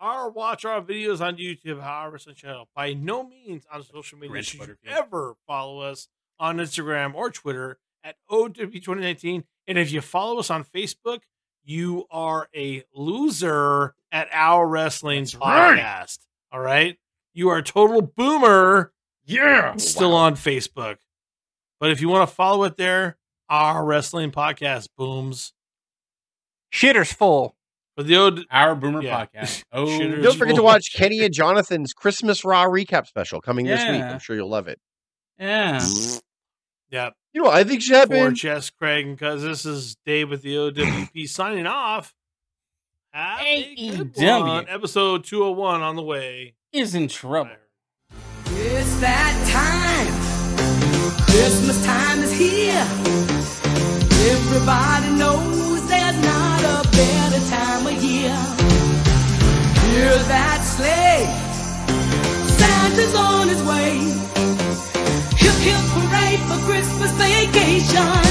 [SPEAKER 1] Our watch our videos on YouTube, however, some channel. By no means on social media
[SPEAKER 3] Grinch
[SPEAKER 1] should you
[SPEAKER 3] Butterfield.
[SPEAKER 1] ever follow us on Instagram or Twitter at OW2019. And if you follow us on Facebook, you are a loser at our wrestling
[SPEAKER 3] That's right.
[SPEAKER 1] podcast. All right. You are a total boomer
[SPEAKER 3] Yeah.
[SPEAKER 1] still on Facebook. But if you want to follow it there, our wrestling podcast booms
[SPEAKER 2] Shitter's full.
[SPEAKER 1] for the old.
[SPEAKER 3] Our Boomer
[SPEAKER 1] Yeah.
[SPEAKER 3] podcast. Oh,
[SPEAKER 1] Shitters.
[SPEAKER 4] Don't forget to
[SPEAKER 1] Cool.
[SPEAKER 4] watch Kenny and Jonathan's Christmas Raw recap special coming this week.
[SPEAKER 3] Yeah.
[SPEAKER 4] I'm sure you'll love it.
[SPEAKER 3] yeah.
[SPEAKER 1] Yeah,
[SPEAKER 4] You know, I think should
[SPEAKER 1] for
[SPEAKER 4] happen.
[SPEAKER 1] Jess Craig and cuz this is Dave with the OWP signing off. Have a good
[SPEAKER 3] AEW.
[SPEAKER 1] one. Episode 201 on the way.
[SPEAKER 3] Is in trouble.
[SPEAKER 5] It's that time. Christmas time is here. Everybody knows there's not a better time of year. Hear that sleigh Christmas is on its way. Hip hip hooray for Christmas vacation.